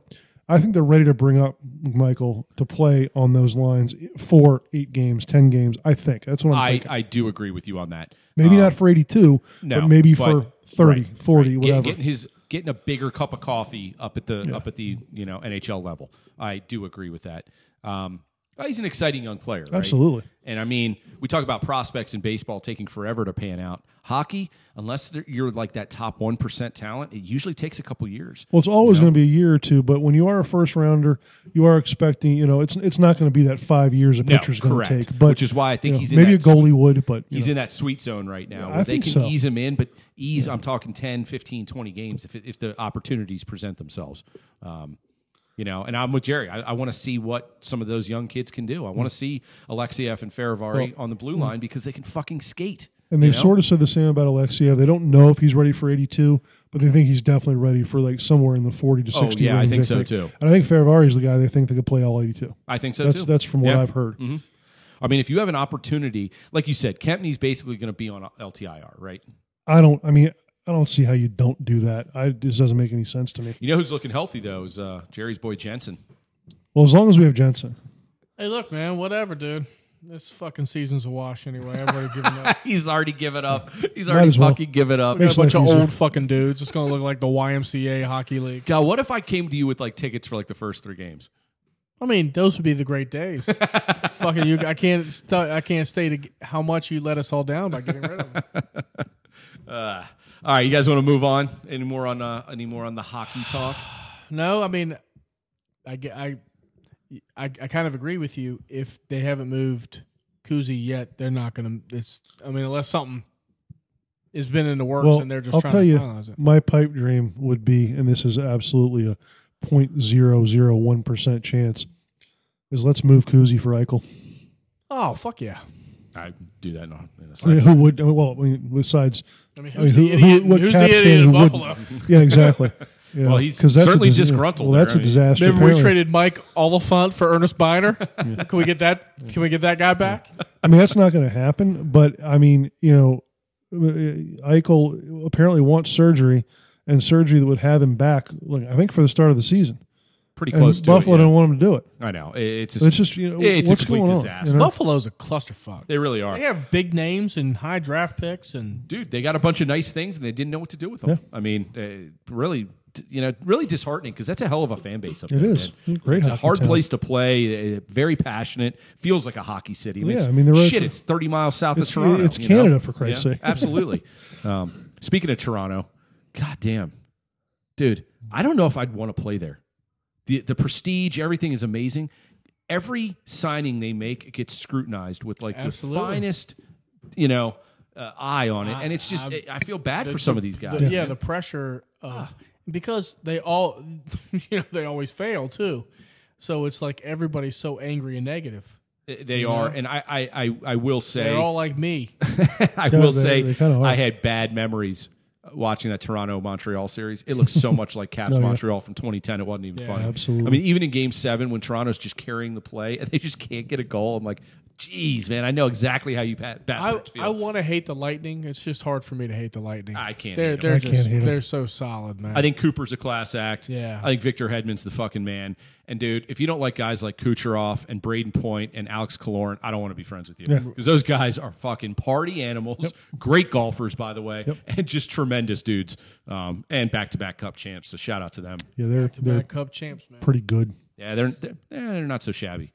I think they're ready to bring up Michael to play on those lines for eight games, 10 games. I think. That's what I'm I, thinking. I do agree with you on that. Maybe not for 82, No, but maybe for but- 30, right, 40, right. Get- whatever. getting his getting a bigger cup of coffee up at the up at the you know NHL level. I do agree with that. Um, well, he's an exciting young player, right? Absolutely. And I mean, we talk about prospects in baseball taking forever to pan out. Hockey, unless they're- you're like that top one percent talent, it usually takes a couple years. Well, it's always going to be a year or two, but when you are a first rounder, you are expecting, you know, it's it's not going to be that five years a No, pitcher's going correct. to take. But Which is why I think you know, he's in maybe that a goalie would, but you He's know, in that sweet zone right now Yeah, where I they think can so. ease him in, but ease, I'm talking 10, 15, 20 games if, if the opportunities present themselves. Um, you know, and I'm with Jerry. I, I want to see what some of those young kids can do. I want to see Alexiev and Faravari on the blue line because they can fucking skate. and you they've know? sort of said the same about Alexiev. They don't know if he's ready for 82, but they think he's definitely ready for like somewhere in the 40 to 60 Oh, yeah, I range, think so, too. And I think Ferravari is the guy they think they could play all 82. I think so That's too. that's from what Yeah. Mm-hmm. I've heard. I mean, if you have an opportunity, like you said, Kempney's basically going to be on LTIR, right? I don't. I mean, I don't see how you don't do that. I it just doesn't make any sense to me. You know who's looking healthy though is uh, Jerry's boy Jensen. Well, as long as we have Jensen, Hey, look, man, whatever, dude. This fucking season's a wash anyway. I've already given up. He's already given up. He's already as well. fucking given up. We got a bunch life of easier. old fucking dudes. It's gonna look like the YMCA hockey league. God, what if I came to you with like tickets for like the first three games? I mean, those would be the great days. fucking you, I can't. St- I can't state ag- how much you let us all down by getting rid of them. Uh, all right, you guys want to move on? Any more on uh, any more on the hockey talk? No, I mean, I ge- I, I, I kind of agree with you. If they haven't moved Kuzi yet, they're not gonna. It's. I mean, unless something has been in the works well, and they're just I'll trying tell to you, finalize it. my pipe dream would be, and this is absolutely a 0.001% chance, is let's move Kuzi for Eichel. Oh fuck yeah! I do that in a, in a I mean, second. who would, well, I mean, besides, I mean, I mean, who's the idiot? and who's the Caps idiot in fan would- Buffalo? Yeah, exactly. Yeah, Well, he's 'cause that's a certainly dis- disgruntled Well, there, that's I a mean. disaster. Remember we apparently. traded Mike Oliphant for Ernest Biner? Can we get that? Can we get that guy back? I mean, that's not going to happen. But I mean, you know, uh, Eichel apparently wants surgery, and surgery that would have him back. Like I think for the start of the season, Pretty and close to Buffalo it. yeah. don't want him to do it. I know. It- It's just, It's just you know, It's a what's complete going on? disaster. you know? Buffalo's a clusterfuck. they really are. They have big names and high draft picks, and Dude, they got a bunch of nice things and they didn't know what to do with them. I mean, uh, really d- you know, really disheartening because that's a hell of a fan base up there. is. Mm, man. Great It's a hockey hard town. place to play. uh, Very passionate. Feels like a hockey city. I mean, Yeah, it's- I mean, they're right- shit. It's thirty miles south It's- of Toronto. it's you know? Canada, for Christ's sake. absolutely. Um, speaking of Toronto, god damn, dude, I don't know if I'd want to play there. The the prestige, everything is amazing. Every signing they make gets scrutinized with like Absolutely. the finest, you know, uh, eye on it, and it's just I- I, feel bad for some of these guys. the, yeah, the pressure Ah. of because they all, you know, they always fail too. So it's like everybody's so angry and negative. They are, and I I I, I will say They're all like me. I will they- say they kinda are. I had bad memories watching that Toronto Montreal series. It looked so much like Caps Montreal from 2010. It wasn't even funny. absolutely. I mean, even in Game Seven when Toronto's just carrying the play and they just can't get a goal, I'm like, Jeez, man, I know exactly how you pat. I, Bastards feel. I want to hate the Lightning. It's just hard for me to hate the Lightning. I can't They're hate 'em. they're I can't just hate 'em. they're so solid, man. I think Cooper's a class act. Yeah. I think Victor Hedman's the fucking man. And dude, if you don't like guys like Kucherov and Braden Point and Alex Kaloran, I don't want to be friends with you because those guys are fucking party animals. Great golfers, by the way, and just tremendous dudes. Um, and back-to-back Cup champs. So shout out to them. Yeah, they're They're they're Cup champs, man. pretty good. Yeah, they're they're, eh, they're not so shabby.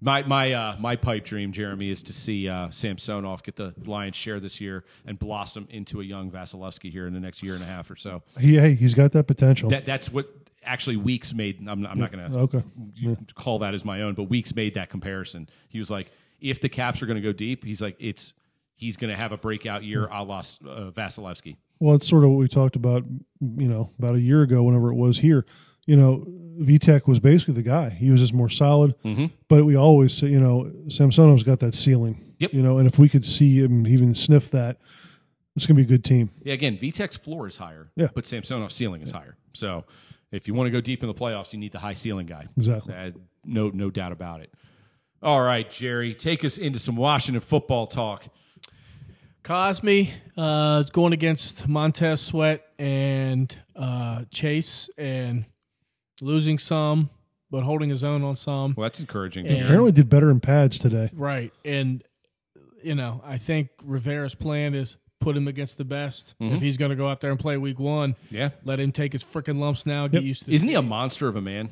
My my uh, my pipe dream, Jeremy, is to see uh, Samsonov get the lion's share this year and blossom into a young Vasilevsky here in the next year and a half or so. He hey, he's got that potential. That that's what actually Weeks made. I'm, I'm not going to Okay. call that as my own, but Weeks made that comparison. He was like, if the Caps are going to go deep, he's like, it's he's going to have a breakout year, a la uh, Vasilevsky. Well, it's sort of what we talked about, you know, about a year ago, whenever it was here. You know, VTech was basically the guy. He was just more solid. Mm-hmm. But we always say, you know, Samsonov's got that ceiling. Yep. You know, and if we could see him even sniff that, it's going to be a good team. Yeah, again, Vitek's floor is higher, Yeah. but Samsonov's ceiling is higher. So if you want to go deep in the playoffs, you need the high ceiling guy. Exactly. Uh, no, no doubt about it. All right, Jerry, take us into some Washington football talk. Cosme uh, is going against Montez Sweat and uh, Chase and losing some, but holding his own on some. Well, that's encouraging. Yeah. Apparently did better in pads today. Right. And, you know, I think Rivera's plan is put him against the best. If he's going to go out there and play week one, Mm-hmm. Yeah. let him take his freaking lumps now, get used to Isn't he a monster of a man,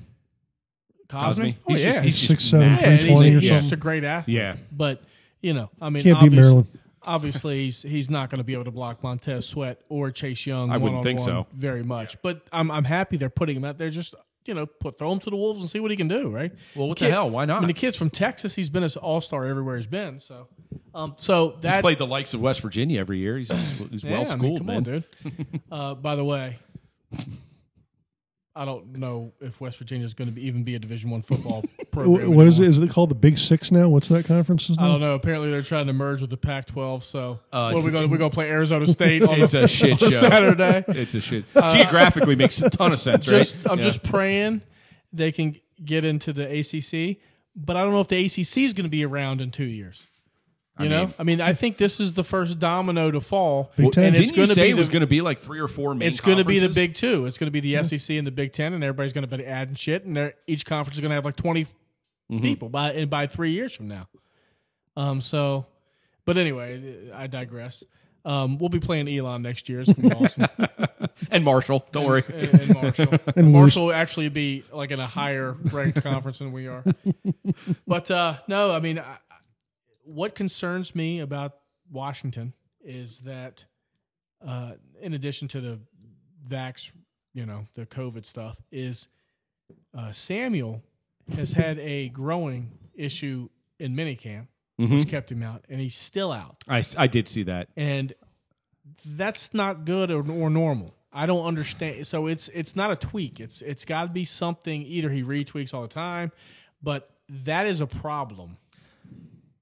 Cosme? Cosme. Oh, He's yeah. just- he's just Six, seven, mad. yeah, and he's, 320 or he's just something. a great athlete. Yeah. But, you know, I mean, Can't beat obvious- Maryland. obviously he's he's not going to be able to block Montez Sweat or Chase Young. I wouldn't think one-on-one so. very much. But I'm I'm happy they're putting him out there. Just you know, put throw him to the wolves and see what he can do. Right? Well, what the hell? Why not? I mean, the kid's from Texas. He's been an all star everywhere he's been. So, um, so He's that played the likes of West Virginia every year. He's, he's- he's well yeah, I mean, schooled, come man. on, dude. uh, by the way. I don't know if West Virginia is going to be, even be a Division One football Wh- program. What is anymore. it? Is it called the Big Six now? What's that conference's I name? don't know. Apparently, they're trying to merge with the Pac-12. So, Uh, what it's- are we going? We're going to play Arizona State on It's a, a shit show. on a Saturday. Uh, It's a shit. Geographically makes a ton of sense, right? just I'm Yeah. just praying they can get into the ACC, but I don't know if the ACC is going to be around in two years. You know, mean- I mean, I think this is the first domino to fall, Ten. and Didn't it's you going to say be it was the, going to be like three or four main it's going to be the conferences? big two. It's going to be the SEC and the Big Ten, and everybody's going to be adding shit, and they're- each conference is going to have like 20 Mm-hmm. people by and by three years from now. Um, so, but anyway, I digress. Um, we'll be playing Elon next year. It's going to be awesome. and Marshall. Don't worry. and, and Marshall. And Marshall will actually be like in a higher ranked conference than we are. But uh, no, I mean, I, I- what concerns me about Washington is that, uh, in addition to the vax, you know, the COVID stuff, is uh, Samuel has had a growing issue in minicamp, which kept him out, and he's still out I, s- I did see that. and that's not good or, or normal. I don't understand. So it's it's not a tweak. It's it's got to be something. Either he retweaks all the time, but that is a problem.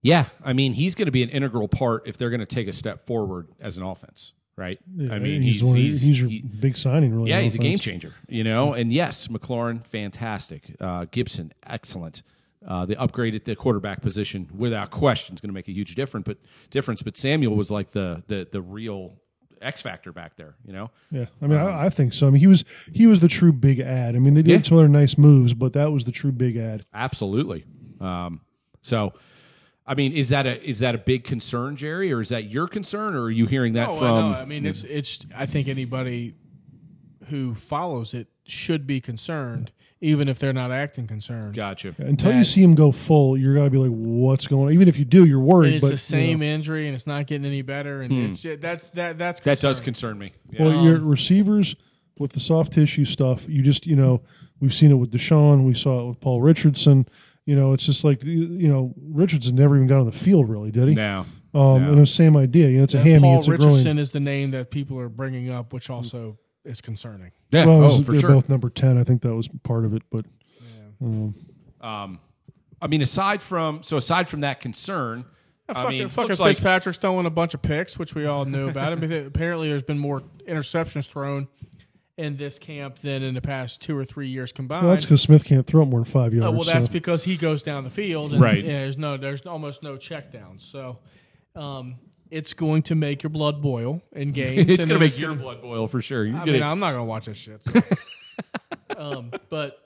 Yeah, I mean, he's going to be an integral part if they're going to take a step forward as an offense, right? I mean, he's, the one- he's, he's your he- big signing, really. yeah, on he's a offense. game changer, you know. And yes, McLaurin, fantastic. Uh, Gibson, excellent. Uh, the upgrade at the quarterback position, without question, is going to make a huge difference. But difference, but Samuel was like the the the real X factor back there, you know. Yeah, I mean, I, I think so. I mean, he was he was the true big ad. I mean, they did Yeah. some other nice moves, but that was the true big ad. Absolutely. Um, so, I mean, is that a is that a big concern, Jerry, or is that your concern, or are you hearing that Oh, from? I know. I mean, it's it's. I think anybody who follows it should be concerned, even if they're not acting concerned. Gotcha. Until you That- see him go full, you're got to be like, what's going on? Even if you do, you're worried. And it's but the you same know. Hmm. injury, and it's not getting any better. And it's that that that's That does concerning. concern me. Yeah. well, um, your receivers with the soft tissue stuff, you just you know, we've seen it with Deshaun, we saw it with Paul Richardson. You know, it's just like you you know, Richardson never even got on the field, really, did he? now, Um, And the same idea. You know, it's a hammy, Paul it's a Richardson groin. is the name that people are bringing up, which also is concerning. yeah, Well, it oh, was- for they're sure. both number ten. I think that was part of it, but I mean, aside from so aside from that concern, I fucking mean, fucking looks like Fitzpatrick's throwing a bunch of picks, which we all knew about. I mean, apparently there's been more interceptions thrown in this camp than in the past two or three years combined. Well, that's because Smith can't throw it more than five yards. Uh, well, that's so. because he goes down the field, and, Right. and there's no, there's almost no checkdowns. So, um, it's going to make your blood boil in games. It's and going to they're make just your gonna- blood boil for sure. You're I gonna, mean, I'm not going to watch this shit. so. um, but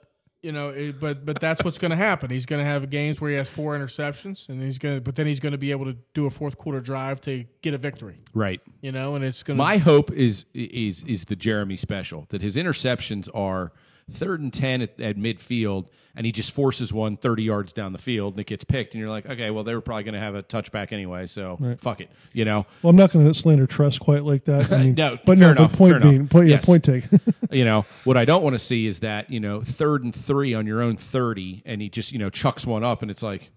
you know, it, but but that's what's going to happen. He's going to have games where he has four interceptions, and he's going. to But then he's going to be able to do a fourth quarter drive to get a victory. right. You know, and it's going to. My hope is is is the Jeremy special that his interceptions are third and ten at, at midfield, and he just forces one 30 yards down the field, and it gets picked, and you're like, okay, well they were probably going to have a touchback anyway, so fuck it, you know. Well, I'm not going to slander Trust quite like that. I mean, No, but fair no, enough, but point fair enough. being, point, yeah, Yes. point take. you know what I don't want to see is that you know third and three on your own 30, and he just you know chucks one up, and it's like,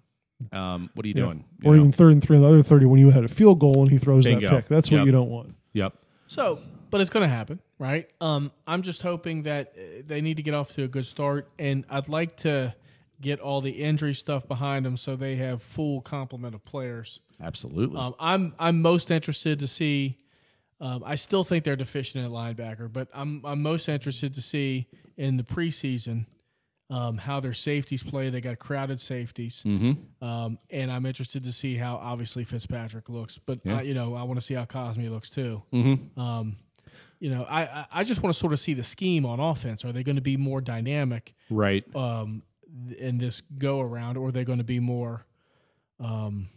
um, what are you doing? You or know? even third and three on the other 30 when you had a field goal and he throws Bingo. that pick. That's what Yep. you don't want. yep. So, but it's going to happen, right? Um, I'm just hoping that uh, they need to get off to a good start, and I'd like to get all the injury stuff behind them so they have full complement of players. Absolutely. Um, I'm I'm most interested to see. Um, I still think they're deficient at linebacker, but I'm I'm most interested to see in the preseason um, how their safeties play. They got crowded safeties, mm-hmm. um, and I'm interested to see how obviously Fitzpatrick looks. But I, you know, I want to see how Cosme looks too. Um, you know, I I- I just want to sort of see the scheme on offense. Are they going to be more dynamic? right. um, in this go around, or are they going to be more? Um,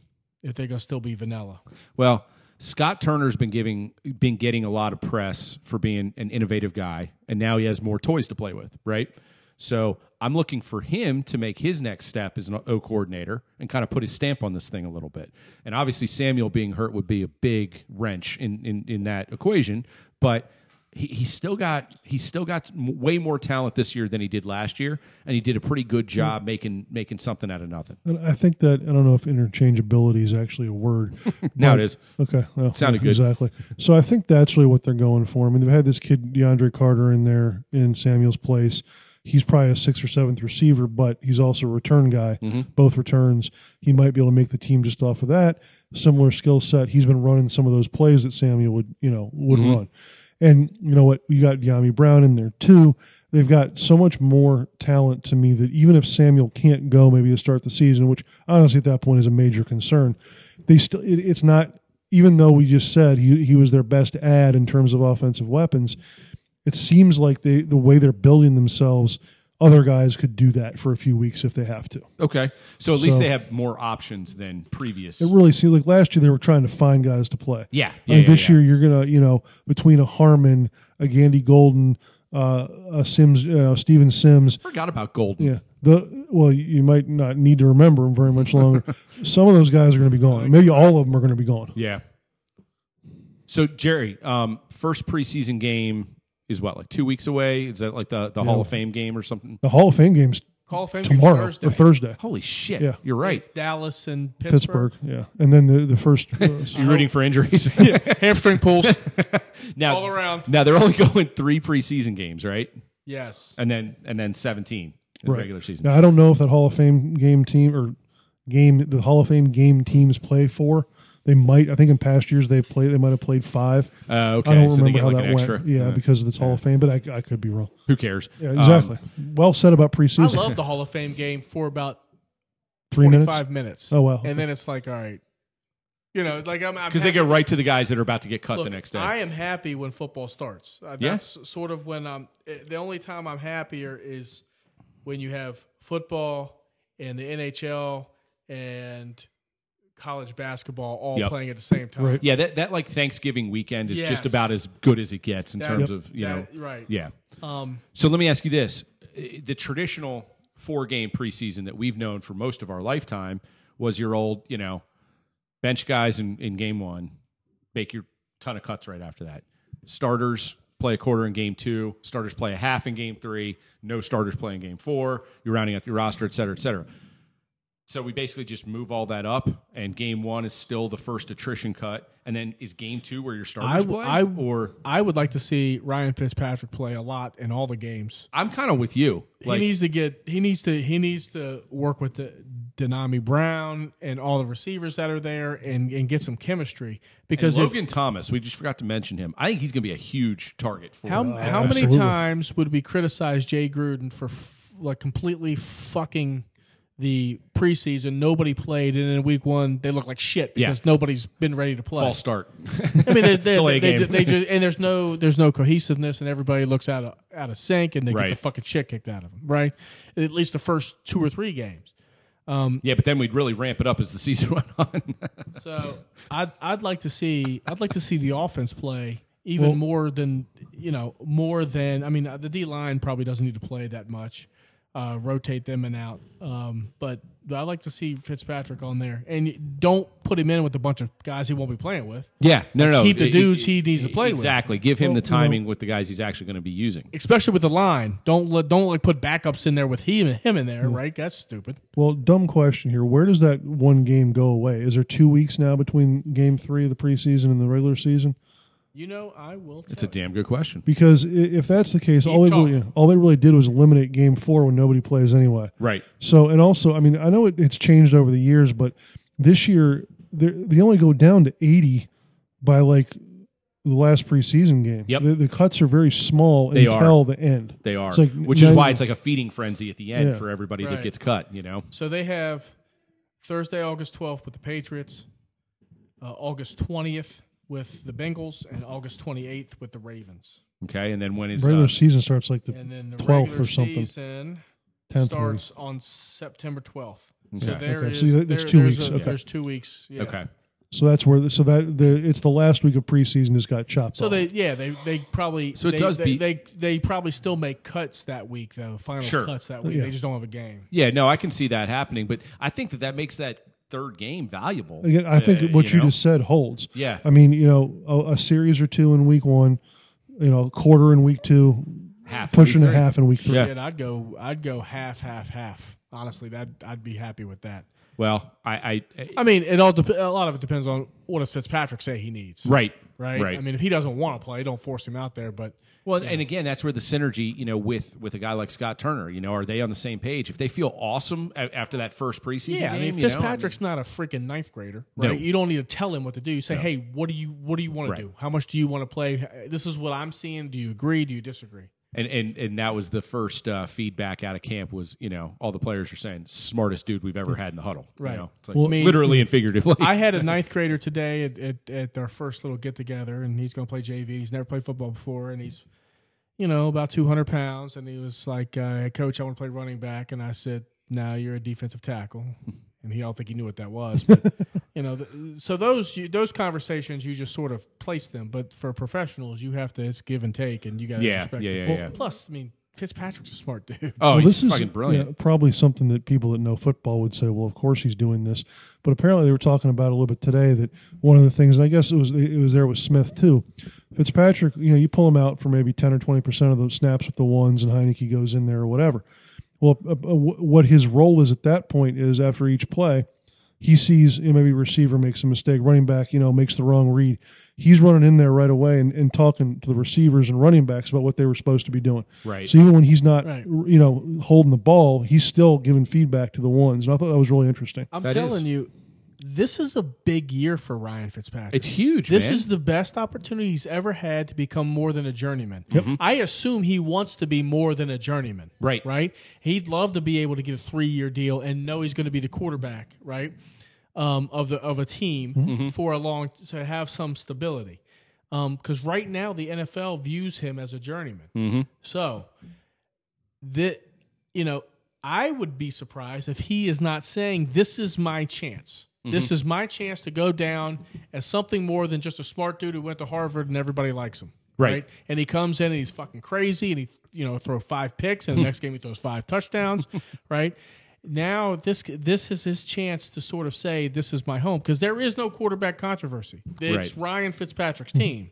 if they're going to still be vanilla, Well, Scott Turner's been giving been getting a lot of press for being an innovative guy, and now he has more toys to play with, right? So I'm looking for him to make his next step as an O coordinator and kind of put his stamp on this thing a little bit. And obviously Samuel being hurt would be a big wrench in in, in that equation, but he, he's still got he's still got m- way more talent this year than he did last year, and he did a pretty good job making making something out of nothing. And I think that, I don't know if interchangeability is actually a word. Now it but- is. Okay. Well, Sounded yeah, good. Exactly. So I think that's really what they're going for. I mean, they've had this kid, DeAndre Carter, in there in Samuel's place. He's probably a sixth or seventh receiver, but he's also a return guy, Mm-hmm. both returns. He might be able to make the team just off of that. Similar skill set. He's been running some of those plays that Samuel would, you know, would Mm-hmm. run. And you know what? You got Yami Brown in there too. They've got so much more talent to me that even if Samuel can't go maybe to start the season, which honestly at that point is a major concern, they still it, it's not even though we just said he, he was their best ad in terms of offensive weapons, it seems like they, the way they're building themselves, other guys could do that for a few weeks if they have to. Okay, so at least So- they have more options than previous. It really seemed like last year they were trying to find guys to play. Yeah. I Yeah, think yeah, this yeah. year you're gonna, you know, between a Harmon, a Gandy Golden, uh, a Sims, uh, Steven Sims, Forgot about Golden. Yeah. The well, you might not need to remember them very much longer. Some of those guys are going to be gone. Maybe all of them are going to be gone. Yeah. So Jerry, um, first preseason game is what, like two weeks away? Is that like the, the Hall of Fame game or something? The Hall of Fame games Hall of Fame game's tomorrow Thursday. or Thursday, Holy shit! Yeah. You're right. It's Dallas and Pittsburgh. Pittsburgh. Yeah, and then the the first. uh, You're rooting for injuries. hamstring pulls. now, All around. Now they're only going three preseason games, right? yes, And then and then 17 in the Right. regular season. Now I don't know if that Hall of Fame game team or game the Hall of Fame game teams play for. They might. I think in past years they've played. They might have played five. Uh, okay, I don't so they remember get how like that an went. extra. Yeah, because of this Hall of Fame, but I, I could be wrong. Who cares? Yeah, Um, exactly. well said about I preseason. love the Hall of Fame game for about Three minutes. five minutes. Oh, wow. And then it's like, all right, you know, like I'm because they go right to the guys that are about to get cut Look, the next day. I am happy when football starts. Uh, Yeah. that's sort of when I'm. eh, The only time I'm happier is when you have football and the NHL and college basketball all Yep. playing at the same time. Right. yeah, that, that like Thanksgiving weekend is Yes. just about as good as it gets in That- terms of you know. That- right. Yeah. Um, So let me ask you this: the traditional four-game preseason that we've known for most of our lifetime was your old, you know, bench guys in, in game one, make your ton of cuts right after that. Starters play a quarter in game two. Starters play a half in game three. No starters play in game four. You're rounding out your roster, et cetera, et cetera. So we basically just move all that up, and game one is still the first attrition cut, and then is game two where your I, starters w- play? I or I would like to see Ryan Fitzpatrick play a lot in all the games. I'm kind of with you. Like, he needs to get. He needs to. He needs to work with the Denami Brown and all the receivers that are there and, and get some chemistry. Because Because if, Logan Thomas, we just forgot to mention him. I think he's going to be a huge target for how, uh, how many Absolutely. times would we criticize Jay Gruden for f- like completely fucking the preseason? Nobody played, and in week one they look like shit Yeah. because nobody's been ready to play. false start. I mean, they, they, Delay they, they, game. they just and there's no there's no cohesiveness, and everybody looks out of out of sync, and they Right. get the fucking shit kicked out of them. Right? At least the first two or three games. yeah, but then we'd really ramp it up as the season went on. So I'd I'd like to see I'd like to see the offense play even more than you know more than I mean uh, the D line probably doesn't need to play that much. Uh, rotate them and out, um, but I like to see Fitzpatrick on there, and don't put him in with a bunch of guys he won't be playing with. yeah, no, no, no. Keep the It- dudes it- he needs to play with. Exactly. Give him the timing with the guys he's actually going to be using. especially with the line. Don't let don't like put backups in there with him him in there, right? That's stupid. Well, dumb question here. Where does that one game go away? Is there two weeks now between game three of the preseason and the regular season? You know, I will. Tell It's a damn good question. Because i- if that's the case, all they, really, talking. all they really did was eliminate game four when nobody plays anyway. Right. So, and also, I mean, I know it, it's changed over the years, but this year they're- they only go down to 80 by like the last preseason game. Yep. The, the cuts are very small They until are. the end. They are, It's like which is why 90 it's like a feeding frenzy at the end Yeah. for everybody that Right. gets cut. You know, so they have Thursday, August twelfth with the Patriots, uh, August twentieth with the Bengals, and August twenty eighth with the Ravens. okay. And then when is regular uh, season starts like the And then the 12th regular or something. season 10th starts on September twelfth. So Okay. there Okay, is so you- there- it's two there's weeks, a- okay. There's two weeks. yeah. okay, So that's where. The, so that the it's the last week of preseason has got chopped. So off. they yeah they they probably So it they, does they, be- they they probably still make cuts that week though final Sure. cuts that week Yeah. they just don't have a game. yeah, no, I can see that happening, but I think that that makes that third game valuable. again. I think Uh, what you, know? just said holds. Yeah. I mean, you know, a, a series or two in week one, you know, a quarter in week two, Half in push and week a three. half in week three. Yeah. Shit, I'd go I'd go half half half. Honestly, that I'd be happy with that. well, I, I, I mean, it all dep- a lot of it depends on what does Fitzpatrick say he needs, right, right? right. I mean, if he doesn't want to play, don't force him out there. But Well, and again, that's where the synergy, you know, with with a guy like Scott Turner, you know, are they on the same page? If they feel awesome a- after that first preseason yeah, I game, mean, you know, Fitzpatrick's not a freaking ninth grader, No. right? You don't need to tell him what to do. You say, hey, what do you what do you want Right. to do? How much do you want to play? This is what I'm seeing. Do you agree? Do you disagree? and and and that was the first uh, feedback out of camp was, you know, all the players are saying smartest dude we've ever had in the huddle, Right. You know? it's like, Well, I mean- literally and figuratively. I had a ninth grader today at, at, at our first little get together, and he's going to play JV. He's never played football before, and he's, you know, about 200 pounds. And he was like, uh, "Hey, Coach, I want to play running back. And I said, No, you're a defensive tackle. And he, I don't think he knew what that was. But, you know, th- so those you, those conversations, you just sort of place them. But for professionals, you have to, it's give and take, and you got to yeah, yeah, respect yeah, it. yeah. Plus, I mean, Fitzpatrick's a smart dude. Oh, Well, he's this is fucking brilliant. yeah, probably something that people that know football would say, well, of course he's doing this. But apparently they were talking about it a little bit today that one of the things, and I guess it was it was there with Smith too. Fitzpatrick, you know, you pull him out for maybe 10 or 20% of those snaps with the ones and Heineke goes in there or whatever. Well, uh, uh, wh- what his role is at that point is after each play, he sees you know, maybe receiver makes a mistake, running back, you know, makes the wrong read. He's running in there right away and, and talking to the receivers and running backs about what they were supposed to be doing. Right. So even when he's not, Right. you know, holding the ball, he's still giving feedback to the ones. And I thought that was really interesting. I'm That telling is- you, this is a big year for Ryan Fitzpatrick. It's huge. This man. is the best opportunity he's ever had to become more than a journeyman. I assume he wants to be more than a journeyman. Mm-hmm. Right. Right? He'd love to be able to get a three year deal and know he's going to be the quarterback, right? Um, of the of a team Mm-hmm. for a long to have some stability. because right now the NFL views him as a journeyman. Mm-hmm. So that you know, I would be surprised if he is not saying this is my chance. Mm-hmm. This is my chance to go down as something more than just a smart dude who went to Harvard and everybody likes him. Right. And he comes in and he's fucking crazy and he, you know, throw five picks and the next game he throws five touchdowns, right? Now this this is his chance to sort of say this is my home because there is no quarterback controversy. It's Right. Mm-hmm. Ryan Fitzpatrick's team,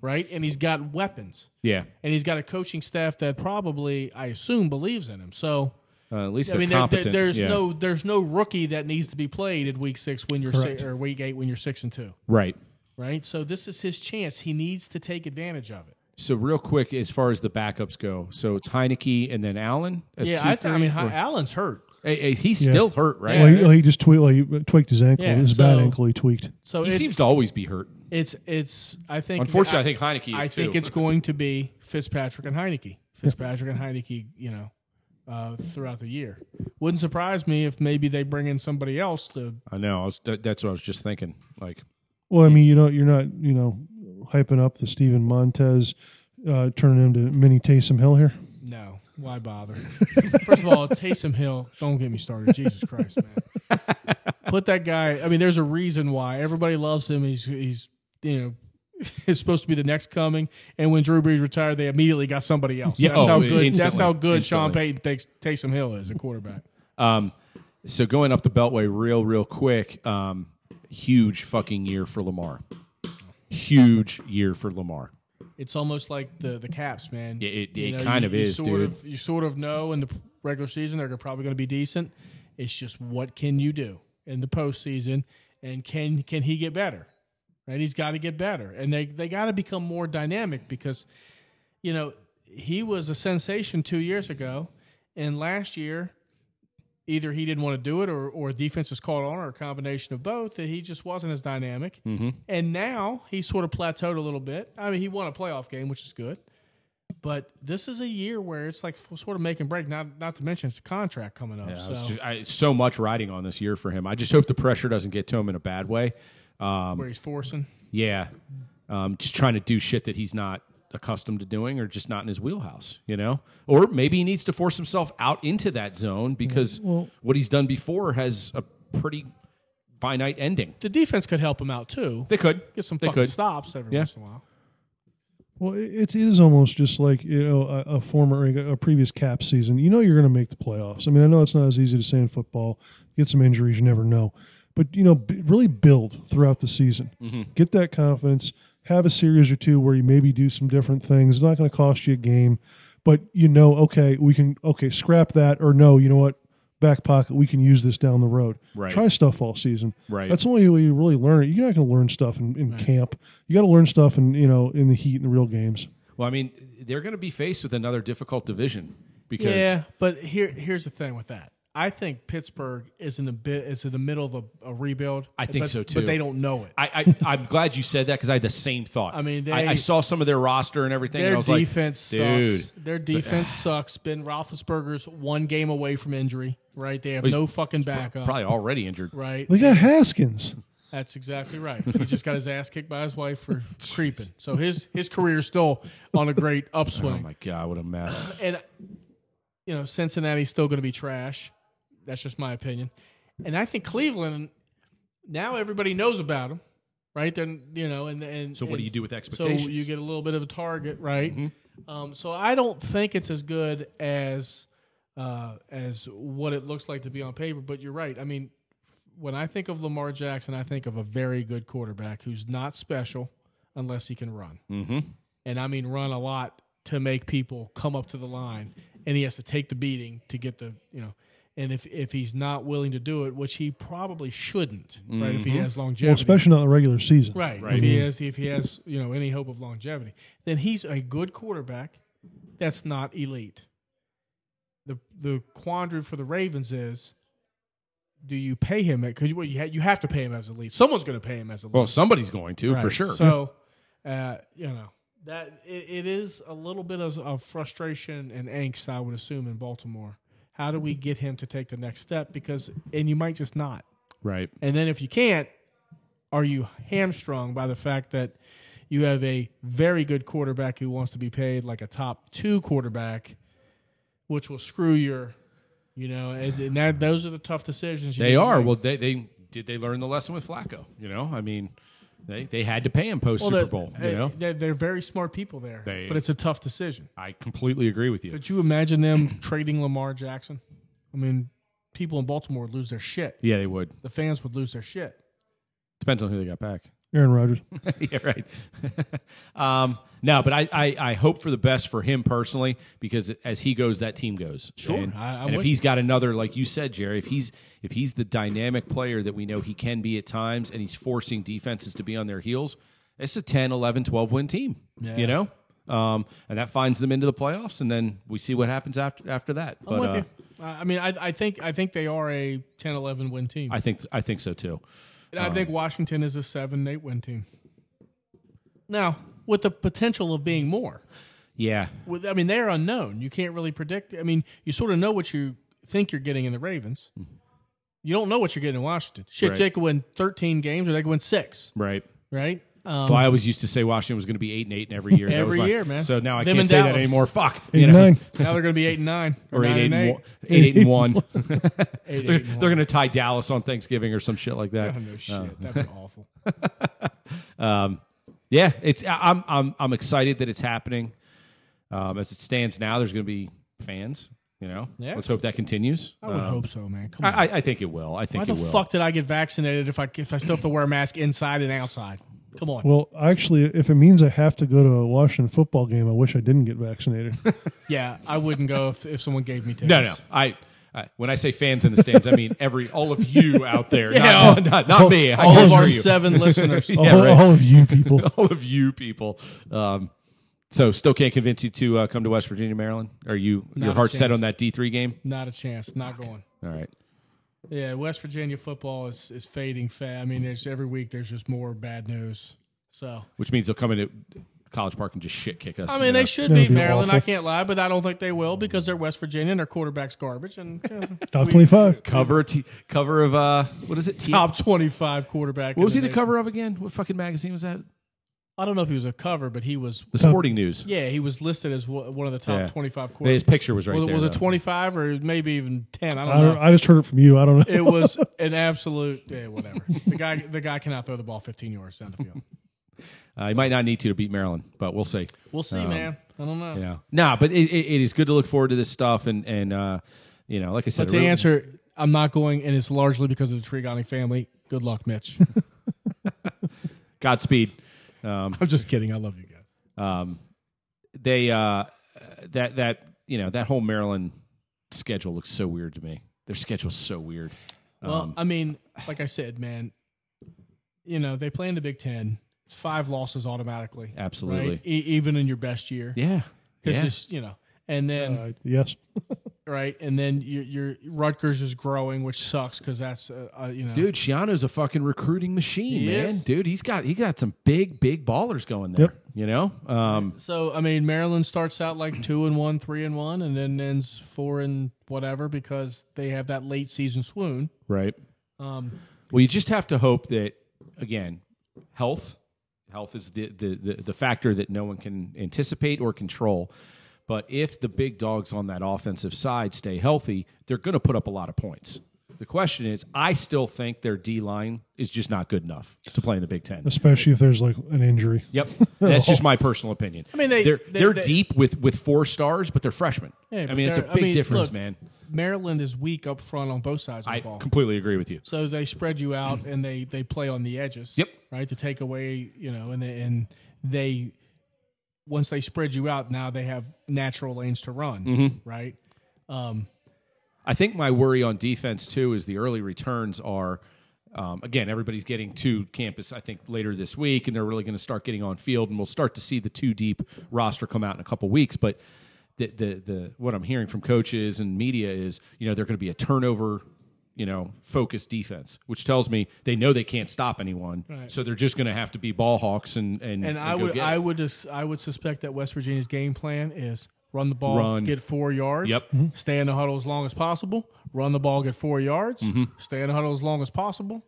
right? And he's got weapons yeah. and he's got a coaching staff that probably, I assume, believes in him. So Uh, at least I they're mean, there- there- competent. there's yeah. no there's no rookie that needs to be played at week six when you're six, or week eight when you're six and two, right. right? So this is his chance. He needs to take advantage of it. So real quick, as far as the backups go, so it's Heineke and then Allen. As yeah, two, I, th- I three, mean, or- Allen's hurt. Hey, hey, he's still hurt, right? Well, he, uh, well, he just tweaked, well, he tweaked his ankle. Yeah, his bad so- ankle he tweaked. So He it- seems to always be hurt. it's it's I think Unfortunately, I, think Heineke is I too. think it's going to be Fitzpatrick and Heineke. Fitzpatrick and Heineke, you know, uh, throughout the year. Wouldn't surprise me if maybe they bring in somebody else to. I know. I was, that, that's what I was just thinking. Like, Well, I mean, you know, you're not, you know, hyping up the Steven Montez, uh, turning him to mini Taysom Hill here. No, why bother? First of all, Taysom Hill, don't get me started. Jesus Christ, man. Put that guy. I mean, there's a reason why everybody loves him. He's he's you know. Is supposed to be the next coming, and when Drew Brees retired, they immediately got somebody else. Yeah, that's oh, how good. That's instantly, how good Sean instantly. Payton thinks Taysom Hill is a quarterback. um, so going up the Beltway real, real quick. Um, huge fucking year for Lamar. Huge year for Lamar. it's almost like the the caps, man. Yeah, it- it kind of is, sort dude. Of, you sort of know in the p- regular season they're probably going to be decent. It's just what can you do in the postseason, and can can he get better? Right, he's got to get better, and they they got to become more dynamic because, you know, he was a sensation two years ago, and last year. Either he didn't want to do it, or or defense was called on, or a combination of both. That he just wasn't as dynamic. Mm-hmm. And now he sort of plateaued a little bit. I mean, he won a playoff game, which is good. But this is a year where it's like f- sort of make and break. Not not to mention it's a contract coming up. I so was just, I, so much riding on this year for him. I just hope the pressure doesn't get to him in a bad way. Um, where he's forcing. yeah, um, just trying to do shit that he's not accustomed to doing, or just not in his wheelhouse, you know. Or maybe he needs to force himself out into that zone because what he's done before has a pretty finite ending. The defense could help him out too. They could Get some They fucking could. stops every Yeah. once in a while. Well, it, it is almost just like you know a, a former, a previous cap season. You know you're going to make the playoffs. I mean, I know it's not as easy to say in football. Get some injuries, you never know. But you know, b- really build throughout the season. Get that confidence. Have a series or two where you maybe do some different things. It's not going to cost you a game, but you know, okay, we can okay scrap that, or no, you know what, back pocket, we can use this down the road. Right. Try stuff all season. Right. That's the only way you really learn it. You're not going to learn stuff in, in camp. You got to learn stuff in you know in the heat in the real games. Well, I mean, they're going to be faced with another difficult division because Yeah, but here here's the thing with that. I think Pittsburgh is in the bit is in the middle of a, a rebuild. I think but- so, too. But they don't know it. I, I I'm glad you said that because I had the same thought. I mean, I, I they- saw some of their roster and everything. and Their I was defense like, "Ah." dude. sucks. Their defense sucks. Ben Roethlisberger's one game away from injury. Right? They have he's no fucking backup. Probably already injured. Right? They got Haskins. That's exactly right. He just got his ass kicked by his wife for creeping. So his his career's still on a great Oh upswing. my god, what a mess! and you know Cincinnati's still going to be trash. That's just my opinion. And I think Cleveland now everybody knows about them, right? Then you know, and and So what do and you do with So expectations? Mm-hmm. you get a little bit of a target, right? Um, so I don't think it's as good as uh, as what it looks like to be on paper. But you're right. I mean, when I think of Lamar Jackson, I think of a very good quarterback who's not special unless he can run and I mean run a lot to make people come up to the line, and he has to take the beating to get the you know. And if if he's not willing to do it, which he probably shouldn't, right? If he has longevity, Well, especially not in the regular season. right? If he Mm-hmm. has if he has you know any hope of longevity, then he's a good quarterback. That's not elite. The the quandary for the Ravens is. Do you pay him because you, well, you, ha- you have to pay him as elite? Someone's going to pay him as elite. well, somebody's going to for Right. sure. So, uh, you know that it, it is a little bit of, of frustration and angst, I would assume, in Baltimore. How do we get him to take the next step? Because and you might just not. right. And then if you can't, are you hamstrung by the fact that you have a very good quarterback who wants to be paid like a top two quarterback, which will screw your, you know, and, and that, those are the tough decisions. you need They to are. make. Well, they, they did they learn the lesson with Flacco. You know, I mean, they they had to pay him post Super Bowl. They're, You know, they're, they're very smart people there, They- but it's a tough decision. I completely agree with you. Could you imagine them trading Lamar Jackson? I mean, people in Baltimore would lose their shit. Yeah, they would. The fans would lose their shit. Depends on who they got back. Aaron Rodgers. yeah, right. um, no, but I, I, I hope for the best for him personally because as he goes, that team goes. Sure. And, I- I'm and if with he's got another, like you said, Jerry, if he's if he's the dynamic player that we know he can be at times, and he's forcing defenses to be on their heels, it's a 10, 11, 12 win team. You know. Um, and that finds them into the playoffs, and then we see what happens after after that. I'm but with uh, you. I I mean, I, I think I think they are a 10-11 win team. I think I think so too. And I think Washington is a seven eight win team. Now, with the potential of being more, Yeah, with, I mean they're unknown. You can't really predict. I mean, you sort of know what you think you're getting in the Ravens. You don't know what you're getting in Washington. Shit, Mm-hmm. Right. they could win 13 games or they could win six, right. right? Um, Well, I always used to say Washington was going to be eight and eight in every year. That Every was my- year, man. So now I Them can't and say that Dallas. anymore. Fuck. Eight You know? nine. now they're going to be eight and nine Or or, nine eight, eight, and and eight. one- eight, eight and one. Eight, They're, eight and going to tie Dallas on Thanksgiving or some shit like that. Oh, no shit, that'd be Oh. awful. Yeah, it's I- I'm I'm I'm excited that it's happening. Um, as it stands now, there's going to be fans. You know, Yeah. let's hope that continues. I would Uh, hope so, man. Come on. I, I- I think it will. I think Why it the will. fuck did I get vaccinated if I if I still have to wear a mask inside and outside? Come on. Well, actually, if it means I have to go to a Washington football game, I wish I didn't get vaccinated. Yeah, I wouldn't go if, if someone gave me tickets. No, no. I, I when I say fans in the stands, I mean every all of you out there. not, not, not me. I All can of our assure you. seven listeners. all, Yeah, right. all of you people. all of you people. Um, so still can't convince you to uh, come to West Virginia, Maryland. Are you Not your a heart set chance. on that D three game? Not a chance. Not going. All right. Yeah, West Virginia football is, is fading fast. I mean, there's every week there's just more bad news. So Which means they'll come into College Park and just shit kick us. I you mean, know? they should That'd beat be Maryland. I awful. can't lie, but I don't think they will because they're West Virginia and their quarterback's garbage. And yeah, Top 25. cover t- cover of uh what is it? T- top twenty-five quarterback. What was he the nation. cover of again? What fucking magazine was that? I don't know if he was a cover, but he was. The Sporting News. Uh, Yeah, he was listed as wa- one of the top Yeah. twenty-five His quarterbacks. picture was right Was, there. was it though. twenty-five or maybe even ten? I don't I, know. don't, I just heard it from you. I don't know. It was an absolute yeah, whatever. The guy, the guy cannot throw the ball 15 yards down the field. Uh, he might not need to to beat Maryland, but we'll see. We'll see, man. I don't know. You know, nah, but it, it, it is good to look forward to this stuff, and and uh, you know, like I said, But it to really- answer, I'm not going, and it's largely because of the Trigani family. Good luck, Mitch. Godspeed. Um, I'm just kidding. I love you guys. they uh that that you know that whole Maryland schedule looks so weird to me. Their schedule's so weird. Well, Um, I mean, like I said, man, you know they play in the Big Ten. It's five losses automatically. Absolutely. right? E- even in your best year. Yeah. This yeah. is you know, and then Uh, yes. right, and then your, your Rutgers is growing, which sucks because that's uh, uh, you know, Dude, Shiano's a fucking recruiting machine, He man. is. Dude, he's got he got some big big ballers going there. Yep. You know, um, So I mean, Maryland starts out like two and one, three and one, and then ends four and whatever because they have that late season swoon. right? Um, Well, you just have to hope that again, health, health is the the the, the factor that no one can anticipate or control. But if the big dogs on that offensive side stay healthy, they're going to put up a lot of points. The question is, I still think their D line is just not good enough to play in the Big Ten. Especially if there's like an injury. Yep, that's just my personal opinion. I mean, they- they're they- are they- deep with with four stars, but they're freshmen. Yeah, I but mean, it's a they're- big I mean, difference, look, man. Maryland is weak up front on both sides of the I ball, completely agree with you. so they spread you out and they they play on the edges. Yep. right to take away you know, and they, and they once they spread you out, now they have natural lanes to run. Mm-hmm. Right, I think my worry on defense too is the early returns are. Um, again, everybody's getting to campus. I think later this week, and they're really going to start getting on field, and we'll start to see the two deep roster come out in a couple weeks. But the the, the what I'm hearing from coaches and media is, you know, they're going to be a turnover, you know, focused defense, which tells me they know they can't stop anyone, so they're just going to have to be ball hawks and and, and I go would get I it. would just I would suspect that West Virginia's game plan is run the ball, Run. get four yards, Yep. stay in the huddle as long as possible, run the ball, get four yards, stay in the huddle as long as possible,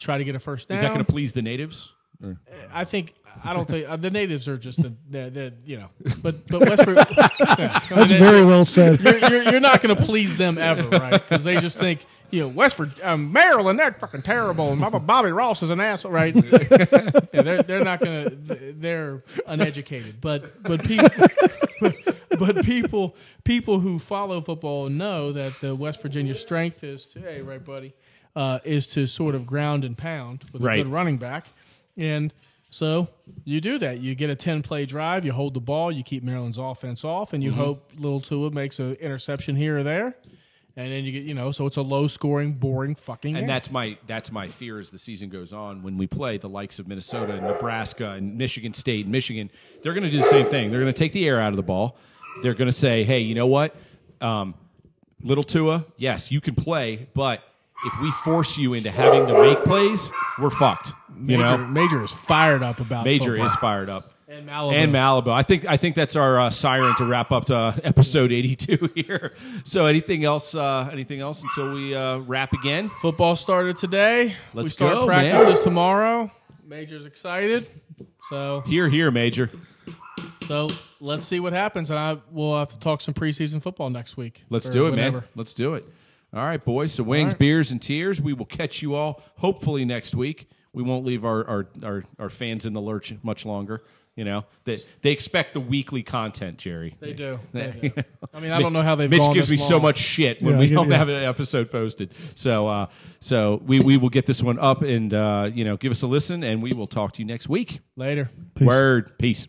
try to get a first down. Mm-hmm. is that going to please the natives? Or- I think I don't think uh, the natives are just the, the, the you know, but but West Virginia. That's very well said. you're, you're, you're not going to please them ever, right? Because they just think, you know, West Virginia, um, Maryland, they're fucking terrible, and Bobby- Bobby Ross is an asshole, right? yeah, they're they're not going to, they're uneducated, but but people, but people people who follow football know that the West Virginia strength is to, hey, right, buddy, uh, is to sort of ground and pound with Right. a good running back, and. So you do that. You get a ten play drive. You hold the ball. You keep Maryland's offense off, and you Mm-hmm. hope Little Tua makes an interception here or there, and then you get you know. So it's a low scoring, boring fucking. And game. that's my that's my fear as the season goes on. When we play the likes of Minnesota and Nebraska and Michigan State and Michigan, they're going to do the same thing. They're going to take the air out of the ball. They're going to say, "Hey, you know what? Um, Little Tua, yes, you can play, but if we force you into having to make plays, we're fucked. You know, Major, Major is fired up about Major football. is fired up. and Malibu. And Malibu. I think I think that's our uh, siren to wrap up uh, episode 82 here. So anything else uh, anything else until we uh, wrap again? Football started today. we Let's start go, man. practices tomorrow. Major's excited. So Here here Major. so let's see what happens. And I we'll have to talk some preseason football next week. Let's Or do it, man. whenever. Let's do it. All right, boys. So wings, right. beers, and tears. We will catch you all hopefully next week. We won't leave our our, our, our fans in the lurch much longer. You know they they expect the weekly content, Jerry. They do. They do. I mean, I don't know how they've Mitch gone gives this me so long. much shit when Yeah, we I give don't you- have an episode posted. So uh, so we we will get this one up and uh, you know give us a listen and we will talk to you next week. Later. Word peace.